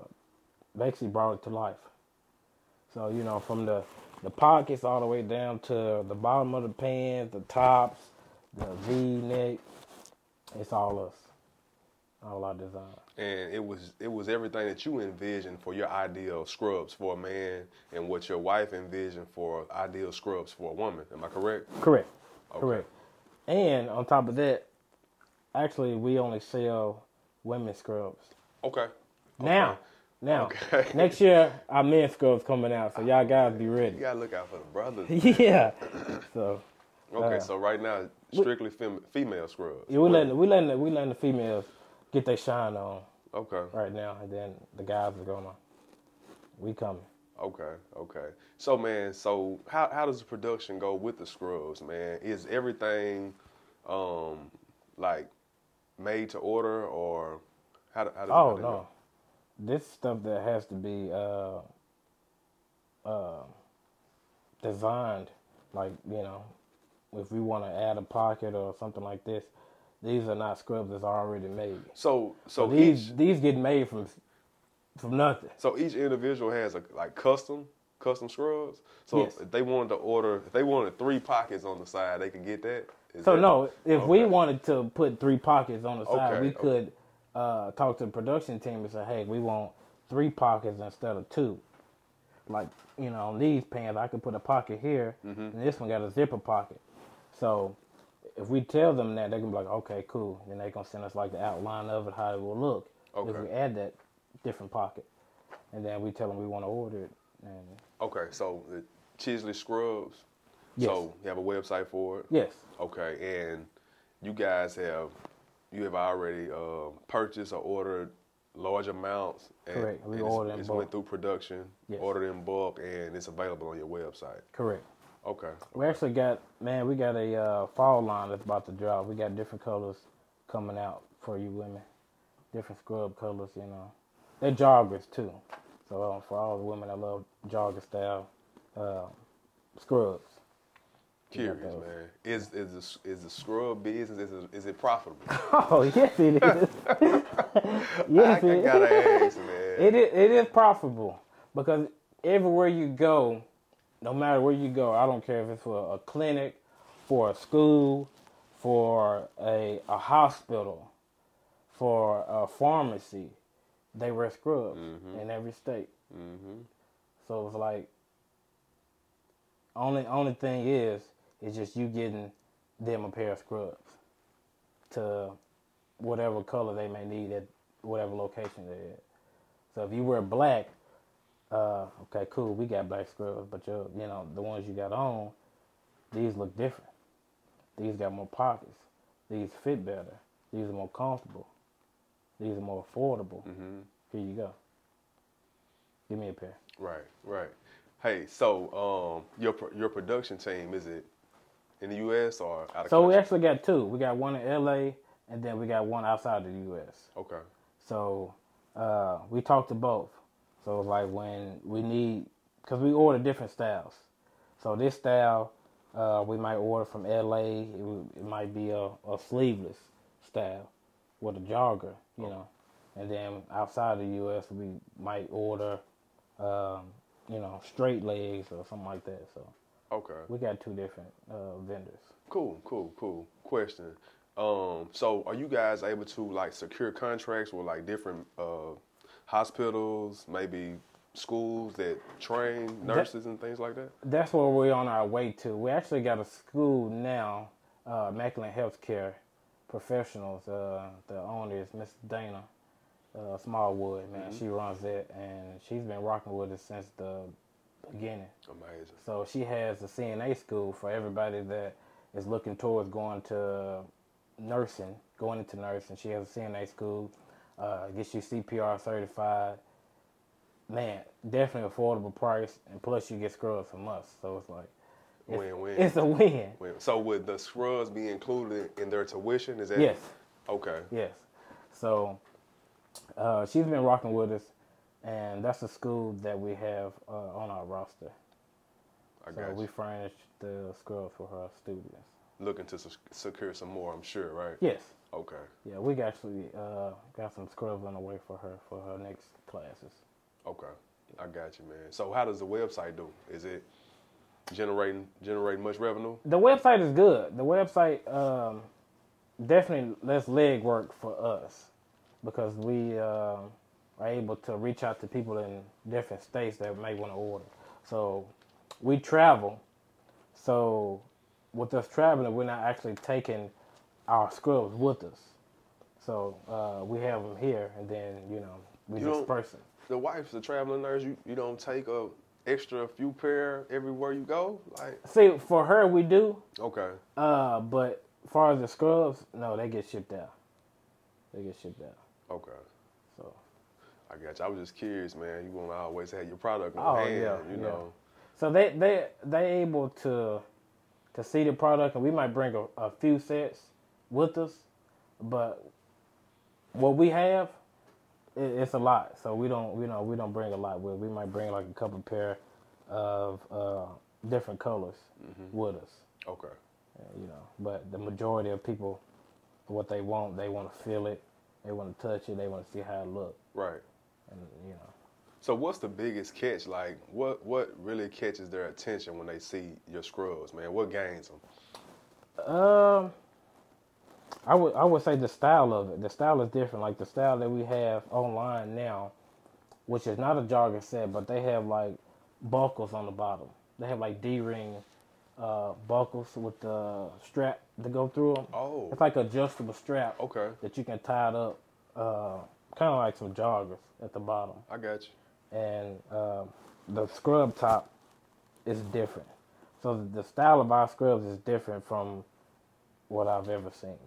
basically brought it to life. So you know from the the pockets all the way down to the bottom of the pants, the tops, the V neck, it's all us, all our design. and it was it was everything that you envisioned for your ideal scrubs for a man, and what your wife envisioned for ideal scrubs for a woman. Am I correct? Correct. Okay. Correct. And on top of that, actually we only sell women's scrubs. Okay. Now, now, Okay. <laughs> next year our men's scrubs coming out, so y'all guys be You ready. gotta look out for the brothers. <laughs> yeah. So Okay, Uh, so right now strictly fem- female scrubs. yeah, we letting the- we letting the, we letting the females get their shine on Okay. right now, and then the guys are gonna we coming. Okay, okay. So man, so how how does the production go with the scrubs, man? Is everything um like made to order or how do, how does how Oh do you- no, this stuff that has to be uh, uh, designed, like you know, if we want to add a pocket or something like this, these are not scrubs that's already made. So so these each these get made from from nothing. so each individual has a like custom custom scrubs. So Yes. if they wanted to order if they wanted three pockets on the side, they could get that. Is So that- no, if we Okay. wanted to put three pockets on the side, Okay, we okay. could uh, talk to the production team and say, "Hey, we want three pockets instead of two. Like you know, on these pants, I could put a pocket here, Mm-hmm. and this one got a zipper pocket. So if we tell them that, they can be like, "Okay, cool." Then they gonna send us like the outline of it, how it will look if Okay. we add that different pocket, and then we tell them we want to order it. And Okay, so uh, Chisley Scrubs. Yes. So you have a website for it? yes, Okay, and you guys have you have already uh, purchased or ordered large amounts. And, Correct. We and ordered in it's bulk. went through production, Yes. ordered in bulk, and it's available on your website. correct. Okay. We actually got man, we got a uh, fall line that's about to drop. We got different colors coming out for you women, different scrub colors. You know, they're joggers too. So um, for all the women that love jogger style uh, scrubs, <laughs> Curious, those. man. Is is this, is the scrub business is it, is it profitable? oh yes it is. <laughs> yes I, I it is. gotta ask, man. It is, it is profitable because everywhere you go, no matter where you go, I don't care if it's for a clinic, for a school, for a, a hospital, for a pharmacy, they wear scrubs in every state. Mm-hmm. So it's like only only thing is is just you getting them a pair of scrubs to whatever color they may need at whatever location they're at. So if you wear black, uh, okay, cool, we got black scrubs, but your you know, the ones you got on, these look different. These got more pockets. These fit better. These are more comfortable. These are more affordable. Here you go. Give me a pair. Right, right. Hey, so um, your pro- your production team is it in the U.S. or out of So we country? actually got two. We got one in LA and then we got one outside of the US. Okay, So uh, we talked to both. So it's like when we need, because we order different styles. So this style, uh, we might order from LA. It, w- it might be a, a sleeveless style with a jogger, you know. And then outside of the US, we might order, um, you know, straight legs or something like that. So okay. we got two different uh, vendors. Cool, cool, cool. Question. Um, so are you guys able to like secure contracts with like different uh, hospitals, maybe schools that train nurses and things like that? that's where we're on our way to. We actually got a school now, uh, Macklin Healthcare Professionals. Uh, the owner is Miss Dana uh, Smallwood, man. She runs it, and she's been rocking with us since the beginning. Amazing. So she has a CNA school for everybody that is looking towards going to nursing, going into nursing. She has a CNA school, uh, gets you CPR certified. Man, definitely affordable price, and plus you get scrubs from us. So it's like it's- Win win. It's a win. Wait, So would the scrubs be included in their tuition? Is that Yes, Okay. yes. So uh, she's been rocking with us, and that's a school that we have uh, on our roster. I So got we you. furnish the scrubs for her students. Looking to s- secure some more, I'm sure, right? Yes. Okay. Yeah, we got actually uh, got some scrubs on the way for her for her next classes. Okay. I got you, man. So how does the website do? Is it generating generating much revenue? The website is good. The website um, definitely less legwork for us because we um are able to reach out to people in different states that may want to order. So we travel. So with us traveling, we're not actually taking our scrubs with us. So uh, we have them here, and then you know we You don't- disperse them. The wife's a traveling nurse. You you don't take a extra few pair everywhere you go? Like See, for her, we do. okay. Uh, but far as the scrubs, no, they get shipped out. They get shipped out. Okay. So I got you. I was just curious, man. You want to always have your product Oh, on hand, yeah, you yeah. know. so they they they able to to see the product, and we might bring a, a few sets with us, but what we have, it, it's a lot. So we don't we don't we don't bring a lot with. We might bring like a couple pair of uh, different colors with us. Okay. you know. But the majority of people, what they want, they want to feel it, they want to touch it, they want to see how it look, Right. and you know. So what's the biggest catch? Like what what really catches their attention when they see your scrubs, man? What gains them? Um, I would I would say the style of it. The style is different. Like the style that we have online now, which is not a jogger set, but they have like buckles on the bottom. They have like D ring uh, buckles with the strap to go through them. Oh. It's like adjustable strap. Okay. That you can tie it up, uh, kind of like some joggers at the bottom. I got you. and um, the scrub top is different. So the style of our scrubs is different from what I've ever seen.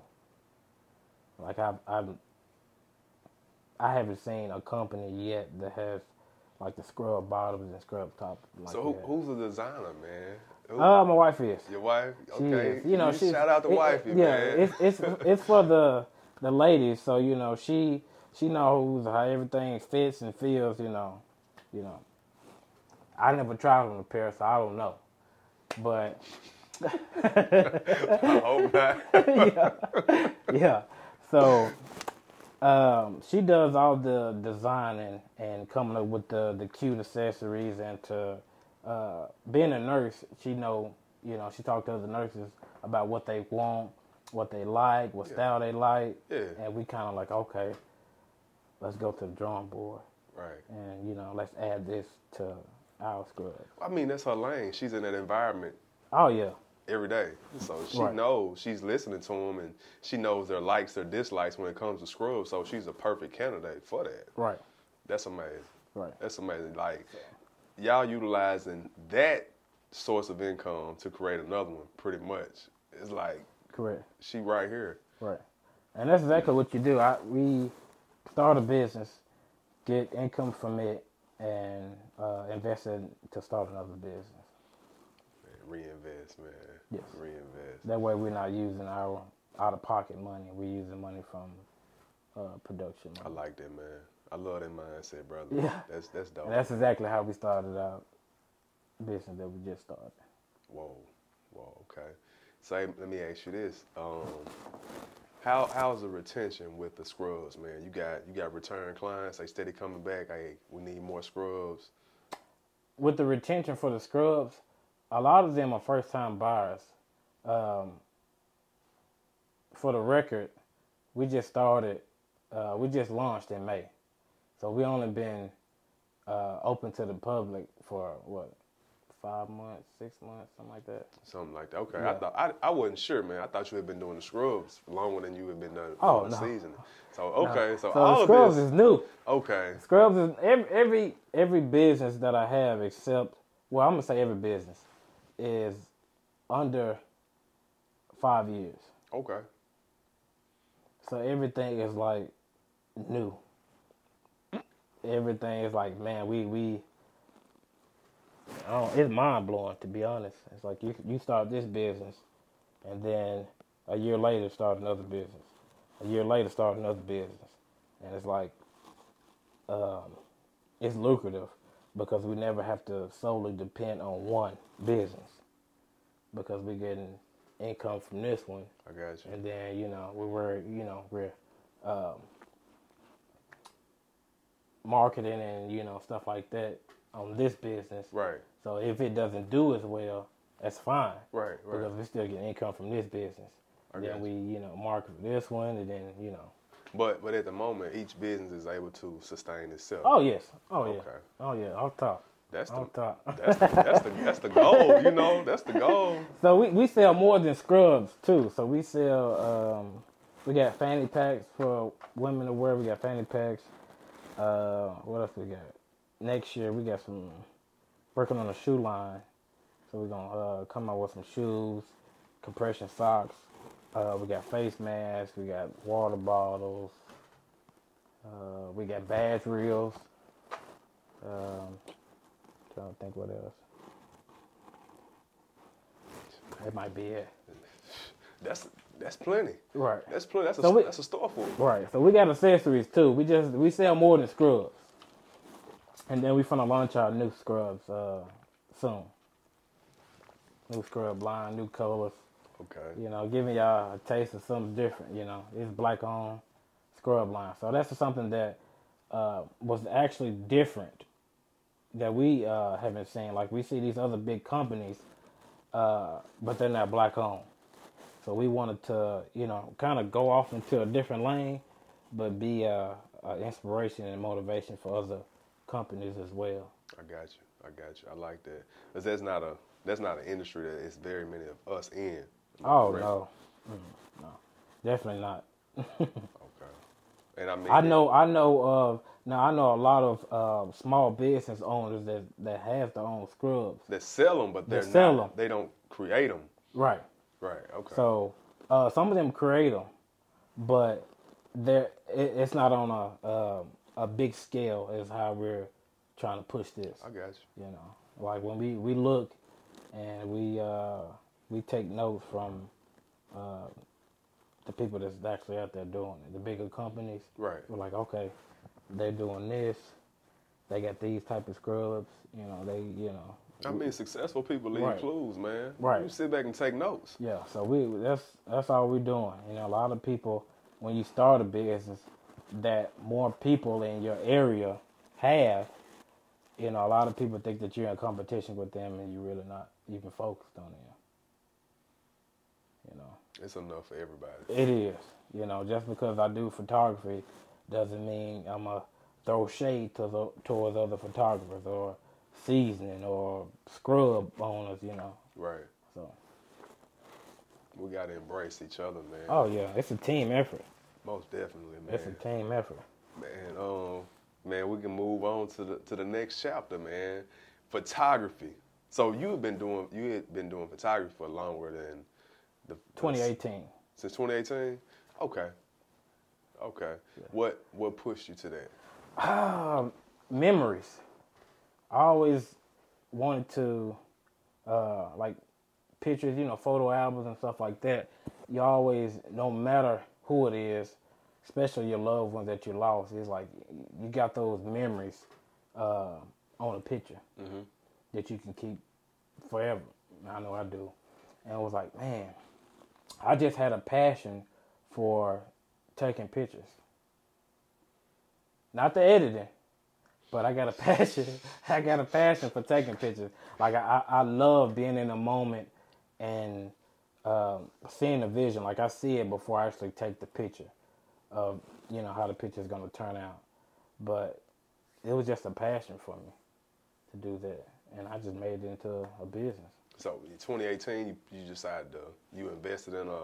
Like I've, I've I haven't seen a company yet that has like the scrub bottoms and scrub top. Like so who, that. who's the designer, man? Who- Uh, my wife is. your wife? She Okay. is. You know, she's shout out the it- wifey, yeah, man. it's it's it's for the the ladies. So you know, she she knows how everything fits and feels. You know, you know. I never tried on a pair, so I don't know. But <laughs> I hope not. yeah, so um, she does all the designing and coming up with the the cute accessories and to uh, being a nurse, she know you know she talked to other nurses about what they want, what they like, what style they like, Yeah. and we kind of like okay, let's go to the drawing board right. and you know let's add this to our scrub. I mean, that's her lane. She's in that environment Oh yeah, every day, so she Right. knows she's listening to them, and she knows their likes, their dislikes when it comes to scrubs. So she's a perfect candidate for that. right, That's amazing. right. That's amazing. Like y'all utilizing that source of income to create another one, pretty much. It's like Correct. she right here. Right. And that's exactly what you do. I, we start a business, get income from it, and uh, invest in to start another business. Man, reinvest, man. Yes. Reinvest. That way, we're not using our out of pocket money. We're using money from uh, production I money. like that, man. I love that mindset, brother. Yeah. That's that's dope. And that's exactly how we started our business that we just started. Whoa. Whoa, okay. So let me ask you this. Um how how's the retention with the scrubs, man? You got you got return clients, they steady coming back. Hey, we need more scrubs. with the retention for the scrubs, a lot of them are first time buyers. Um, for the record, we just started, uh, we just launched in May, so we only been uh, open to the public for what five months, six months, something like that. Something like that. Okay, I Yeah. thought I, I wasn't sure, man. I thought you had been doing the scrubs longer than you had been doing Oh, doing the no. seasoning. So okay, so, so all the of scrubs this. is new. okay, Scrubs is every every every business that I have except well, I'm gonna say every business is under five years. Okay. So everything is like new. Everything is like, man, we we. I don't, it's mind blowing to be honest. It's like you you start this business, and then a year later start another business, a year later start another business, and it's like, um, it's lucrative because we never have to solely depend on one business because we're getting income from this one I got you. and then you know we were you know we're um, marketing and you know stuff like that on this business. Right. So if it doesn't do as well, that's fine. Right, right. Because we still get income from this business. I then got we you know market for this one, and then you know. But but at the moment, each business is able to sustain itself. Oh yes. Oh yeah. Okay. Oh yeah. Off top. that's the Off top. that's the, that's the that's the goal. You know, that's the goal. so we, we sell more than scrubs too. So we sell um, we got fanny packs for women to wear. We got fanny packs. Uh, what else we got? Next year we got some working on a shoe line. So we're gonna uh, come out with some shoes, compression socks. Uh, we got face masks. We got water bottles. Uh, we got badge reels. Um, trying to think what else. That might be it. That's that's plenty. Right. That's plenty. That's a So we- that's a store for. it. Right. So we got accessories too. We just we sell more than scrubs. And then we finna launch our new scrubs uh soon. New scrub line, new colors. Okay. You know, giving y'all a taste of something different. You know, it's black on scrub line. So that's something that uh, was actually different that we uh, haven't seen. Like we see these other big companies, uh, but they're not black owned. So we wanted to, you know, kind of go off into a different lane, but be uh, an inspiration and motivation for other companies as well. I got you. I got you. I like that. 'Cause that's not a that's not an industry that it's very many of us in. Am I Oh correct? no, Mm, no, definitely not. Okay. And I mean, I know, I know of now. I know a lot of uh, small business owners that that have their own scrubs. that sell them, but They they're sell not. 'em. They don't create them. Right. Right. Okay. So uh, some of them create them, but they're it, it's not on a uh, a big scale as how we're trying to push this. I got you. You know, like when we we look and we uh, we take notes from uh, the people that's actually out there doing it, the bigger companies. Right. We're like, okay, they're doing this. They got these type of scrubs. You know, they you know. I mean, successful people leave Right. clues, man. Right. You sit back and take notes. Yeah, so we that's that's all we're doing. You know, a lot of people when you start a business that more people in your area have, you know, a lot of people think that you're in competition with them and you're really not even focused on them. You know. It's enough for everybody. It is. You know, just because I do photography doesn't mean I'm going to throw shade to the, towards other photographers or seasoning or scrub owners, you know. Right. So, We gotta embrace each other, man. oh yeah, it's a team effort. Most definitely, man. It's a team effort. Man, um, man, we can move on to the to the next chapter, man. Photography. So you've been doing you had been doing photography for longer than the 2018. Since 2018. Okay. Okay. What what pushed you to that? Um, memories. I always wanted to, uh, like pictures, you know, photo albums and stuff like that. You always, no matter who it is, especially your loved ones that you lost, it's like you got those memories uh, on a picture that you can keep forever. I know I do. And I was like, man, I just had a passion for taking pictures. Not the editing, but I got a <laughs> passion. I got a passion for taking pictures. Like I, I I love being in a moment and um, seeing the vision. Like I see it before I actually take the picture of you know how the picture is gonna turn out. But it was just a passion for me to do that, and I just made it into a business. So in 2018, you, you decided to you invested in a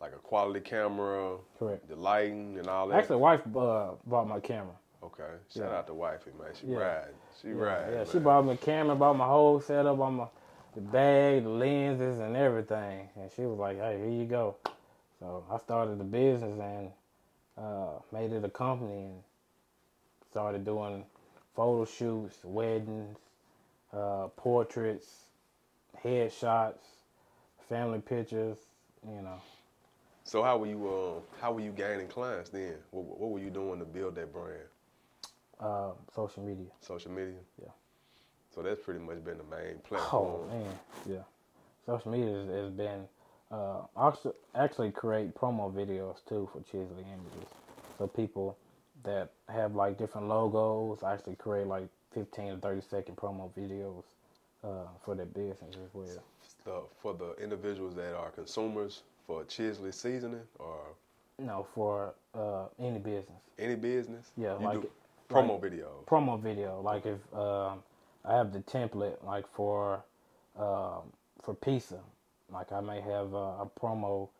like a quality camera, Correct. the lighting and all that. Actually, wife uh, bought my camera. Okay. Shout Yeah. out to wifey, man. She Yeah. riding. She riding. Yeah, she man. brought me a camera, brought my whole setup, on my the bag, the lenses, and everything. And she was like, "Hey, here you go." So I started the business and uh, made it a company and started doing photo shoots, weddings, uh, portraits, headshots, family pictures. You know, So how were you um how were you gaining clients then? What, what were you doing to build that brand? uh, social media. Social media? Yeah. So that's pretty much been the main Oh platform. man, yeah. Social media has, has been uh, also actually create promo videos too for Chisley Images. So people that have like different logos actually create like fifteen to thirty second promo videos uh, for their business as well. the, for the individuals that are consumers for Chisley seasoning or No, for uh, any business. any business. Yeah, you like- do promo videos. promo video. Like if um, I have the template, like for um, for pizza, like I may have a, a promo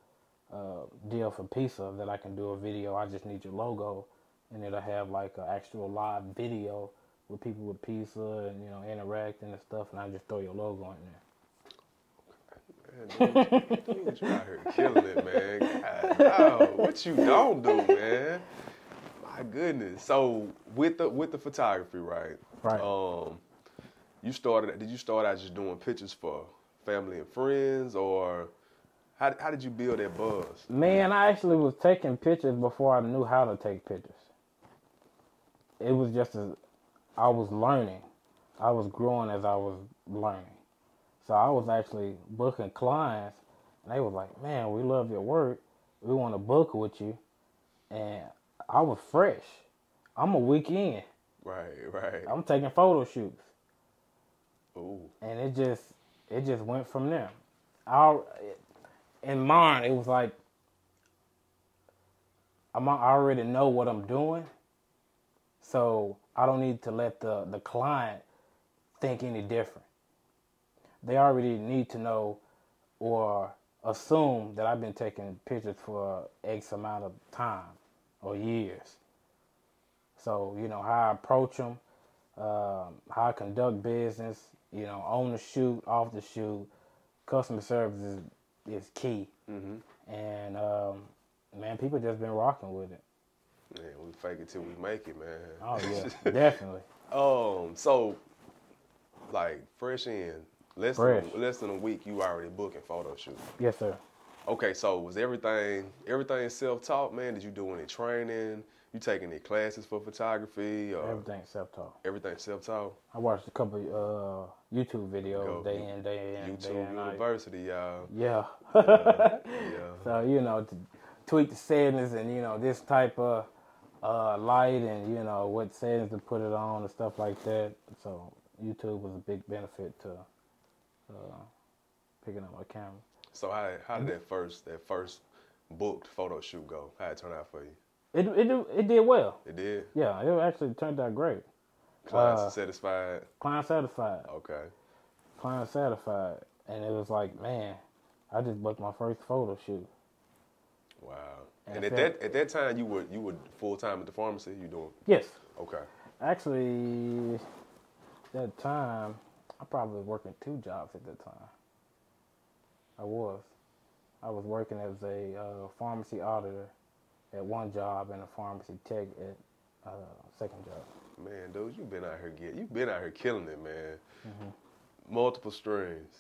uh, deal for pizza that I can do a video. I just need your logo, and it'll have like an actual live video with people with pizza and you know interacting and stuff. And I just throw your logo in there. Man, dude, you was out here killing it, man. God, no, what you don't do, man? My goodness. So with the with the photography, right? Right. Um, you started. Did you start out just doing pictures for family and friends, or how how did you build that buzz? Man, I actually was taking pictures before I knew how to take pictures. It was just as I was learning. I was growing as I was learning. So I was actually booking clients and they was like, Man, we love your work. We want to book with you. And I was fresh. I'm a weekend. Right, right. I'm taking photo shoots Ooh, and it just it just went from there. I in mine it was like I'm I already know what I'm doing, so I don't need to let the the client think any different. They already need to know or assume that I've been taking pictures for X amount of time or years. So you know how I approach them um, how I conduct business, you know, on the shoot, off the shoot, customer service is, is key. Mm-hmm. And um, man, people just been rocking with it. man, we fake it till we make it, man. Oh yeah, definitely. <laughs> Um, so like fresh in less Fresh. Than, less than a week, you already booking photo shoots. Yes, sir. Okay, so was everything everything self taught, man? Did you do any training? You taking any classes for photography? Or Everything self talk. everything self taught. I watched a couple uh, YouTube videos Go. day in, day in, day YouTube in. Night. University, y'all. Yeah. Yeah. <laughs> So you know, to tweak the settings and you know this type of uh, light and you know what settings to put it on and stuff like that. So YouTube was a big benefit to uh, picking up my camera. So how how did that first that first booked photo shoot go? How it turn out for you? It it it did well. It did. Yeah, it actually turned out great. Uh, Clients satisfied. Client satisfied. Okay. client satisfied, and it was like, man, I just booked my first photo shoot. Wow. And And I at felt- that at that time you were you were full time at the pharmacy. You doing Yes, okay. actually, that time I probably was working two jobs at that time. I was, I was working as a uh, pharmacy auditor at one job and a pharmacy tech at uh, second job. Man, dude, you been out here get you been out here killing it, man. Multiple streams.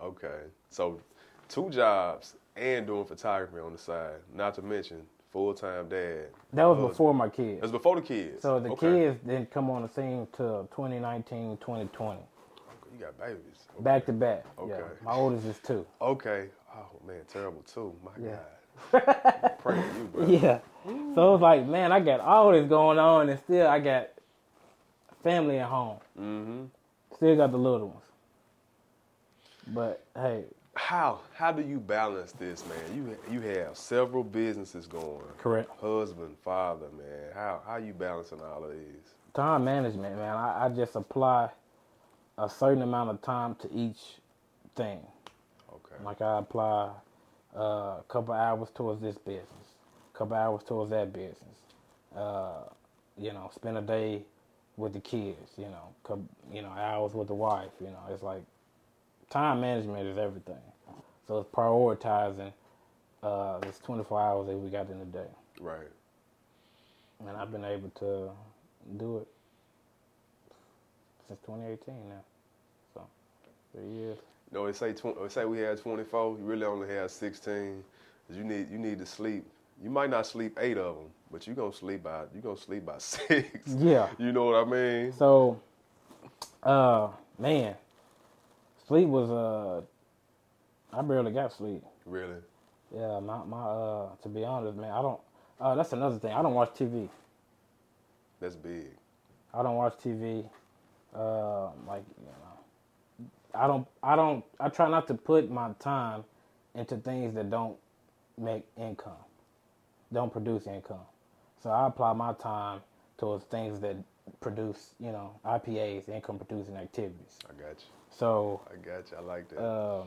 Okay, so two jobs and doing photography on the side. Not to mention full time dad. That was Husband. before my It kids. was before the kids. So the Oh, Okay. kids didn't come on the scene till 2019, 2020, You got babies. Okay. back to back. Yeah, Okay. my oldest is two. Okay. Oh man, terrible too. My Yeah. God. <laughs> Pray for you, bro. Yeah. So it's like, man, I got all this going on, and still I got family at home. Mm-hmm. Still got the little ones. But hey, How how do you balance this, man? You you have several businesses going. Correct. Husband, father, man. How how you balancing all of these? time management, man, I, I just apply a certain amount of time to each thing. Okay. Like I apply uh, a couple hours towards this business, a couple hours towards that business, uh, you know, spend a day with the kids, you know, co- you know, hours with the wife, you know, it's like time management is everything. So it's prioritizing uh, this 24 hours that we got in the day, Right. and I've been able to do it since 2018 now. So three years. No, they say tw- they say we had 24. You really only had 16. 'Cause You need you need to sleep. You might not sleep eight of them, but you gonna sleep by you gonna sleep by <laughs> six. Yeah. you know what I mean? So, uh, man, sleep was uh, I barely got sleep. Really? Yeah, my my uh, to be honest, man, I don't. Uh, that's another thing. I don't watch TV. That's big. I don't watch TV. Uh, like you know, I don't. I don't. I try not to put my time into things that don't make income, don't produce income. So I apply my time towards things that produce, you know, IPAs, income producing activities. I got you. So I got you. I like that. um,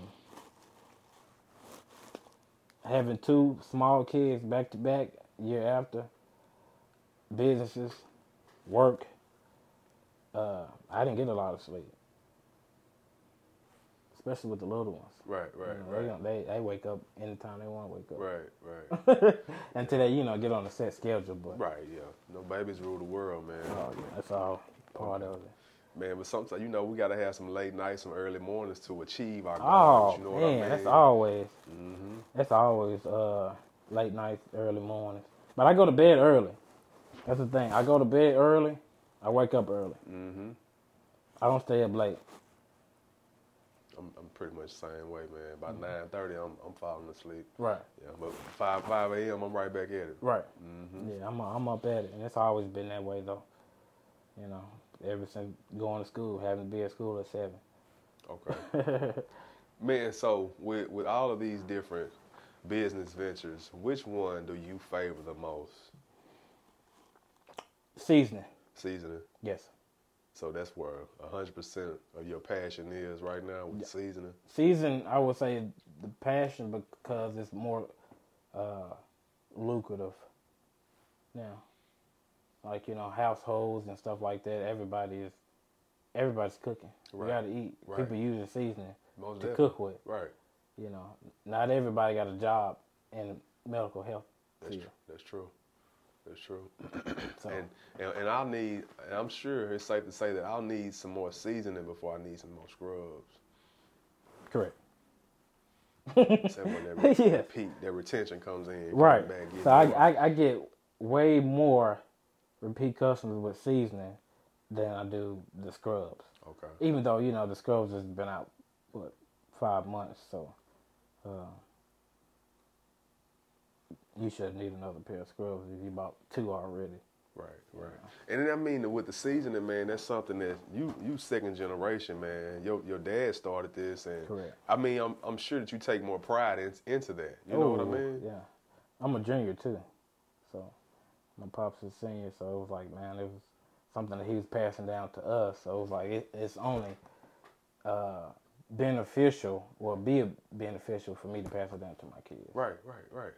having two small kids back to back year after businesses work uh, i didn't get a lot of sleep especially with the little ones right, right, You know, they, right, don't- they, they wake up anytime they want to wake up right, <laughs> right, until they you know get on a set schedule but right. Yeah. No babies rule the world, man. uh, that's all part of it Man, but sometimes you know we gotta have some late nights, some early mornings to achieve our goals. Oh you know man, what I mean? that's always Mhm. that's always uh late nights, early mornings. But I go to bed early. That's the thing. I go to bed early. I wake up early. Mhm. I don't stay up late. I'm, I'm pretty much the same way, man. Mm-hmm. By nine thirty, I'm I'm falling asleep. Right. Yeah, but five five a.m. I'm right back at it. Right. Mm-hmm. Yeah, I'm I'm up at it, and it's always been that way though. You know, ever since going to school, having to be at school at seven. Okay. <laughs> Man, so with with all of these different business ventures, which one do you favor the most? Seasoning. Seasoning. Yes. So that's where hundred percent of your passion is right now with seasoning. Season, I would say the passion because it's more uh, lucrative now. Like you know, households and stuff like that. Everybody is, everybody's cooking. Right. You got to eat. Right. People using seasoning Most to definitely. cook with. Right. You know, not everybody got a job in medical health. That's field. true. That's true. That's true. So And, and and I'll need. And I'm sure it's safe to say that I'll need some more seasoning before I need some more scrubs. correct. Except when that, re- <laughs> Yeah. that peak, that retention comes in. coming Right. back, getting So I, more. I I get way more repeat customers with seasoning than I do the scrubs. okay. even though you know the scrubs has been out what five months, so uh, you should need another pair of scrubs if you bought two already. Right. Right. And then I mean with the seasoning, man, that's something that you you second generation, man. Your your dad started this, and Correct. I mean I'm I'm sure that you take more pride in, into that. You know what I Ooh, mean? Oh, Yeah, I'm a junior too, so my pops is senior, so it was like man, it was something that he was passing down to us, so it was like it, it's only uh, beneficial or be beneficial for me to pass it down to my kids. Right. Right. Right.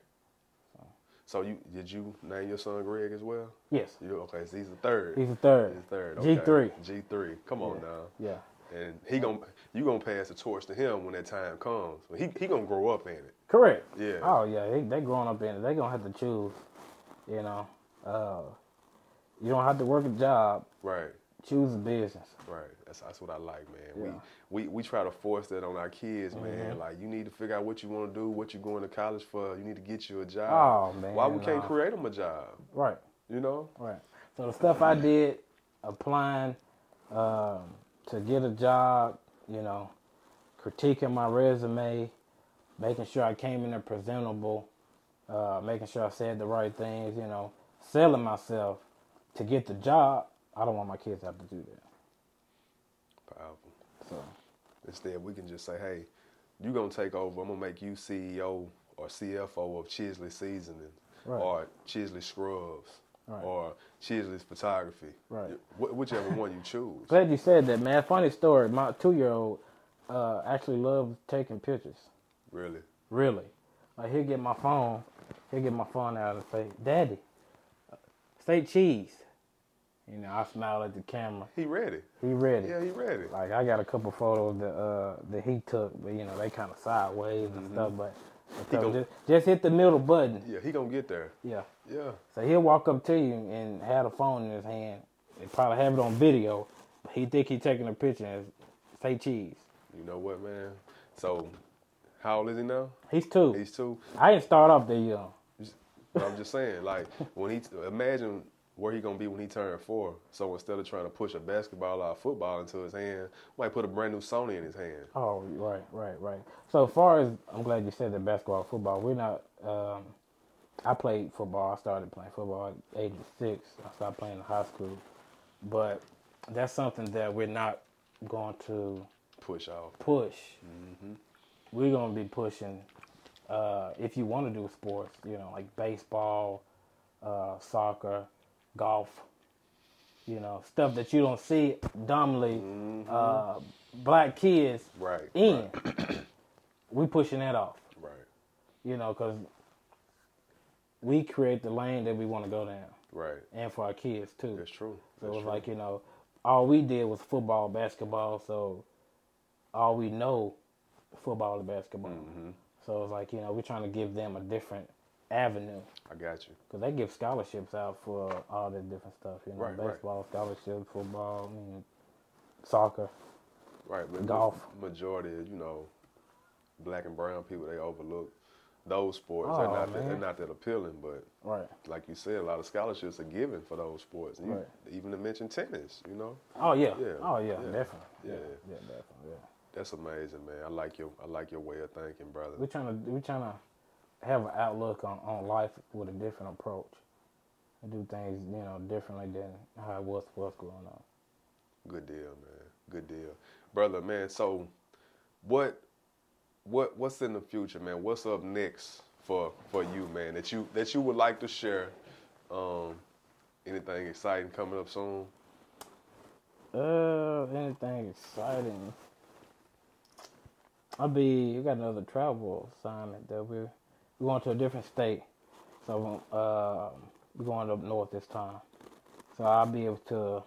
So you did you name your son Greg as well? Yes, You okay? So he's the third. he's a third. He's third. G three. G three. Come on Yeah. now. And he gon' you gonna pass the torch to him when that time comes. He he gonna grow up in it. Correct. Yeah. Oh yeah, they they growing up in it. They gonna have to choose. You know, uh, you don't have to work a job. Right. Choose a business. Right. That's that's what I like, man. Yeah. Mm-hmm. We, we we try to force that on our kids, man. Like you need to figure out what you want to do, what you're going to college for. You need to get you a job. Oh, man, Why we can't nah. create them a job? Right. You know. Right. So the stuff I did, applying um, to get a job. You know, critiquing my resume, making sure I came in there presentable, uh, making sure I said the right things. You know, selling myself to get the job. I don't want my kids to have to do that. Powerful. So. Instead, we can just say, hey, you going to take over. I'm going to make you CEO or CFO of Chisley Seasoning Right. or Chisley Scrubs Right. or Chisley's Photography. Right. Wh- whichever one you <laughs> choose. Glad you said that, man. Funny story. My two-year-old uh, actually loves taking pictures. Really. Really, like he'll get my phone, he'll get my phone out and say, "Daddy, say cheese," You know, I smiled at the camera. He read it. He read it. Yeah, he read it. Like I got a couple photos that uh that he took, but you know they kind of sideways and stuff. But I told him, gon- just, just hit the middle button. Yeah, he gonna get there. Yeah. Yeah. So he'll walk up to you and have a phone in his hand. They probably have it on video. But he think he taking a picture and say cheese. You know what, man? So, how old is he now? He's two. He's two. I didn't start off that young. But I'm just saying, like, when he imagine where he gonna be when he turned four. So instead of trying to push a basketball or a football into his hand, might put a brand new Sony in his hand. Oh, right, right, right. So far as I'm glad you said that basketball, football. We're not. Um, I played football. I started playing football at age of six. I started playing in high school, but that's something that we're not going to Push off. push. Mm-hmm. We're gonna be pushing. Uh, if you want to do sports, you know, like baseball, uh, soccer, golf, you know, stuff that you don't see dominantly uh, black kids Mm-hmm. Right. in. <clears throat> we pushing that off, Right. you know, because we create the lane that we want to go down, Right. and for our kids too. That's true. So it That's was true. like you know, all we did was football, basketball. So all we know, football and basketball. Mm-hmm. So it's like you know, we're trying to give them a different avenue I got you. because they give scholarships out for all that different stuff. You know, Right, right. baseball scholarships, football, I mean, soccer. Right, but Golf. ma- majority, of, you know, black and brown people they overlook those sports. Oh, they're not that, they're man. not that appealing, but Right. like you said, a lot of scholarships are given for those sports. You- Right. Even to mention tennis, you know, Oh yeah. Yeah, Oh yeah. yeah, Definitely. Yeah. yeah. Yeah. Definitely. Yeah. that's amazing, man. I like your I like your way of thinking, brother. We're trying to we're trying to have an outlook on, on life with a different approach. And do things, you know, differently than how it was what's going on. Good deal, man. Good deal, brother, man. So, what, what, what's in the future, man? What's up next for for you, man? That you that you would like to share? Um, anything exciting coming up soon? Uh, anything exciting? I'll be. We got another travel assignment that we're we're going to a different state, so uh, we're going up north this time. So I'll be able to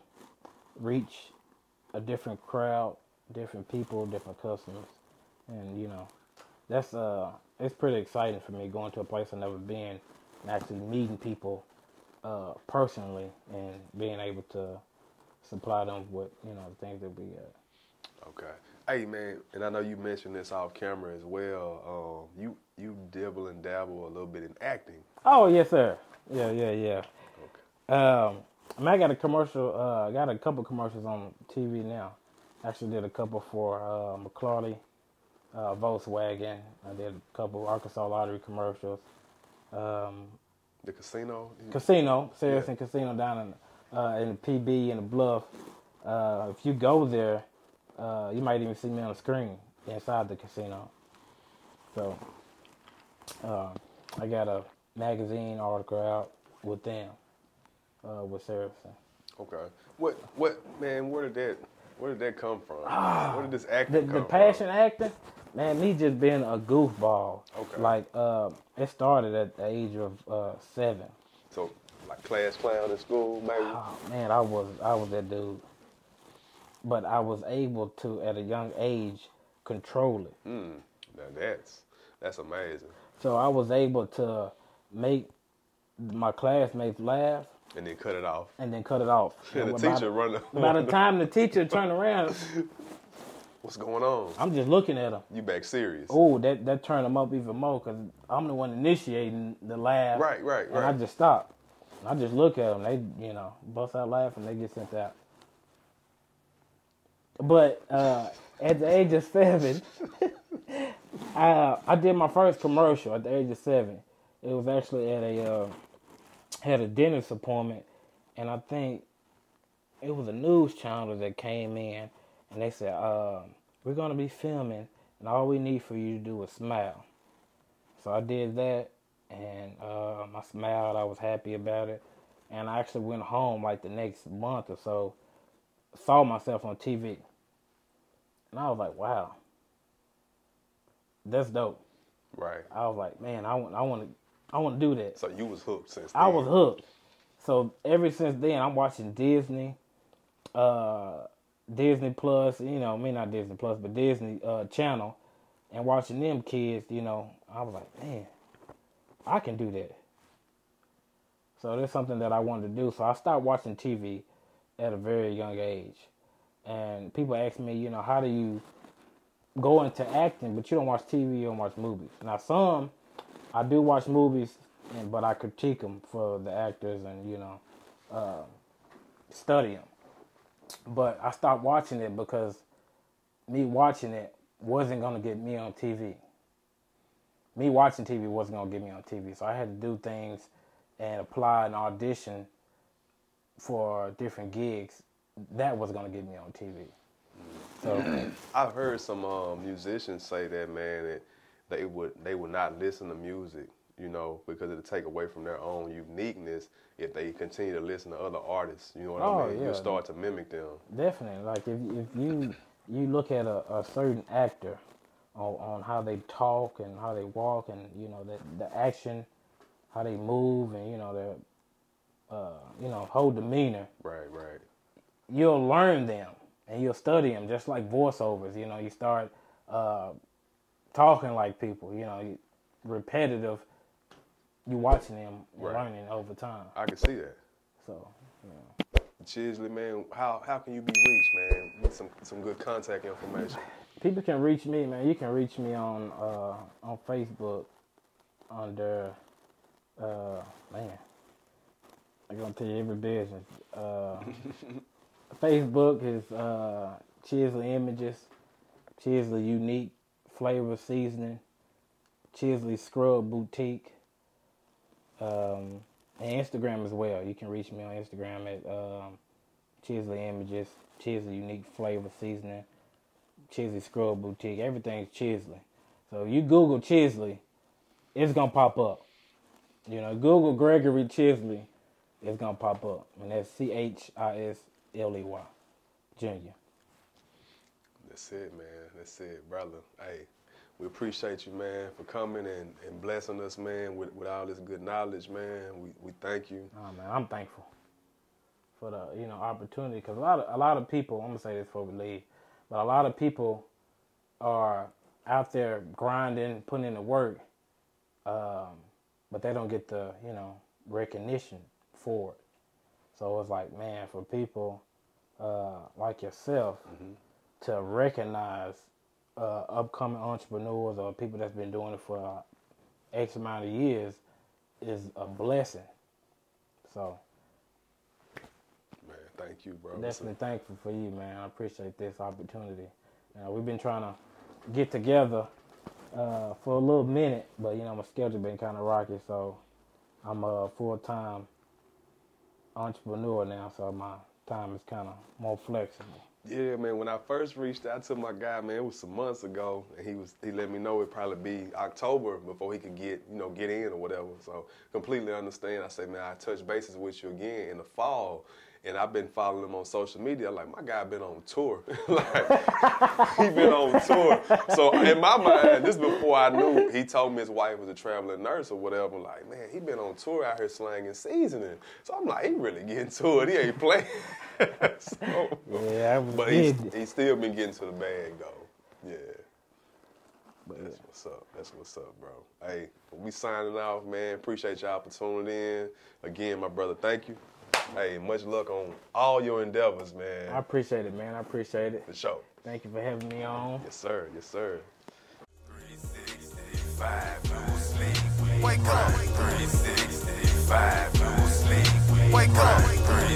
reach a different crowd, different people, different customers, and you know, that's uh, it's pretty exciting for me going to a place I've never been and actually meeting people uh personally and being able to supply them with you know the things that we uh, got. Okay. Hey, man, and I know you mentioned this off camera as well. Um, you you dibble and dabble a little bit in acting. Oh yes, sir. Yeah, yeah, yeah. Okay. Um, I, mean, I got a commercial. Uh, I got a couple commercials on TV now. Actually, did a couple for uh, McClarty, uh, Volkswagen. I did a couple Arkansas Lottery commercials. Um, The casino. casino, serious Yeah. and casino down in uh, in the PB and the Bluff. Uh, if you go there, uh, you might even see me on the screen inside the casino. So, uh, I got a magazine article out with them, uh, with Saracen. Okay. What what man? Where did that where did that come from? where did this acting Ah, the, come the from? passion acting, man, me just being a goofball. Okay. Like, uh, it started at the age of uh, seven. So like class clown in school, maybe. Oh man, I was I was that dude. But I was able to at a young age control it. Mm, now that's that's amazing. So I was able to make my classmates laugh And then cut it off. and then cut it off. And And the by teacher the- run up. by <laughs> the time the teacher turned around, What's going on? I'm just looking at him. You back serious? Oh, that that turned him up even more because I'm the one initiating the laugh. Right, right, And I right. just stop. And I just look at them. They, you know, bust out laughing. They get sent out. But uh, at the age of seven, <laughs> I, I did my first commercial at the age of seven. It was actually at a uh, had a dentist appointment, and I think it was a news channel that came in, and they said, um, "We're gonna be filming, and all we need for you to do is smile." So I did that, and um, I smiled. I was happy about it, and I actually went home like the next month or so, saw myself on TV, and I was like, "Wow, that's dope." Right. I was like, "Man, I want, I want to, I want to do that." So you was hooked since. I then. was hooked. so ever since then, I'm watching Disney, uh, Disney Plus. You know, I mean not Disney Plus, but Disney uh, Channel, and watching them kids. You know, I was like, man, I can do that. So that's something that I wanted to do. So I started watching TV at a very young age, and people ask me, you know, how do you go into acting? But you don't watch TV, you don't watch movies. Now some, I do watch movies, and, but I critique them for the actors and you know, uh, study them. But I stopped watching it because me watching it wasn't gonna get me on TV. Me watching TV wasn't gonna get me on TV, so I had to do things and apply an audition for different gigs, that was gonna get me on TV. So I've heard some um, musicians say that man that they would they would not listen to music, you know, because it'll take away from their own uniqueness if they continue to listen to other artists. You know what Oh, I mean? yeah. You start to mimic them. definitely, like if if you you look at a, a certain actor on, on how they talk and how they walk and you know the the action, how they move and you know their uh, you know whole demeanor, Right, right. you'll learn them and you'll study them just like voiceovers you know you start uh, talking like people you know you, repetitive you watching them and Right. learning over time I can see that. so you know. Chisley, man, how how can you be reached, man? With some some good contact information. people can reach me man you can reach me on uh, on facebook under uh, man i'm gonna tell you every business uh, facebook is uh, chisley images Chisley Unique Flavor Seasoning, Chisley Scrub Boutique, um, and Instagram as well. You can reach me on Instagram at um, Chisley Images, Chisley Unique Flavor Seasoning, Chisley Scrub Boutique. Everything's Chisley. So if you Google Chisley, it's gonna pop up. You know, Google Gregory Chisley, it's gonna pop up, and that's C H I S L E Y, Junior. That's it, man. That's it, brother. Hey, we appreciate you, man, for coming and, and blessing us, man, with, with all this good knowledge, man. We we thank you. Oh man, I'm thankful for the you know opportunity because a lot of a lot of people. I'm gonna say this before we leave, but a lot of people are out there grinding, putting in the work, um, but they don't get the you know recognition for it. So it's like, man, for people uh, like yourself to recognize uh, upcoming entrepreneurs or people that's been doing it for uh, X amount of years is a blessing. So Man, thank you, bro. It's a- definitely thankful for you, man. I appreciate this opportunity. Uh, we've been trying to get together uh, for a little minute, but you know my schedule been kind of rocky, so I'm a full time entrepreneur now, so my time is kind of more flexible. Yeah, man. When I first reached out to my guy, man, it was some months ago, and he was he let me know it'd probably be October before he could get you know get in or whatever. So completely understand. I say, man, I touch bases with you again in the fall, and I've been following him on social media. Like my guy been on tour, <laughs> like he been on tour. So in my mind, this before I knew, he told me his wife was a traveling nurse or whatever. Like man, he been on tour out here slanging seasoning. So I'm like, he really getting to it. He ain't playing. <laughs> so, Yeah, I was but he's, big. he's still been getting to the bag though. Yeah. But That's what's up. That's what's up, bro. Hey, we signing off, man. Appreciate y'all for tuning in. Again, my brother, thank you. Hey, much luck on all your endeavors, man. I appreciate it, man. I appreciate it. For sure. Thank you for having me on. Yes, sir. Yes, sir. 365 lose sleep. Wake up. 365 lose sleep. Wake up. 365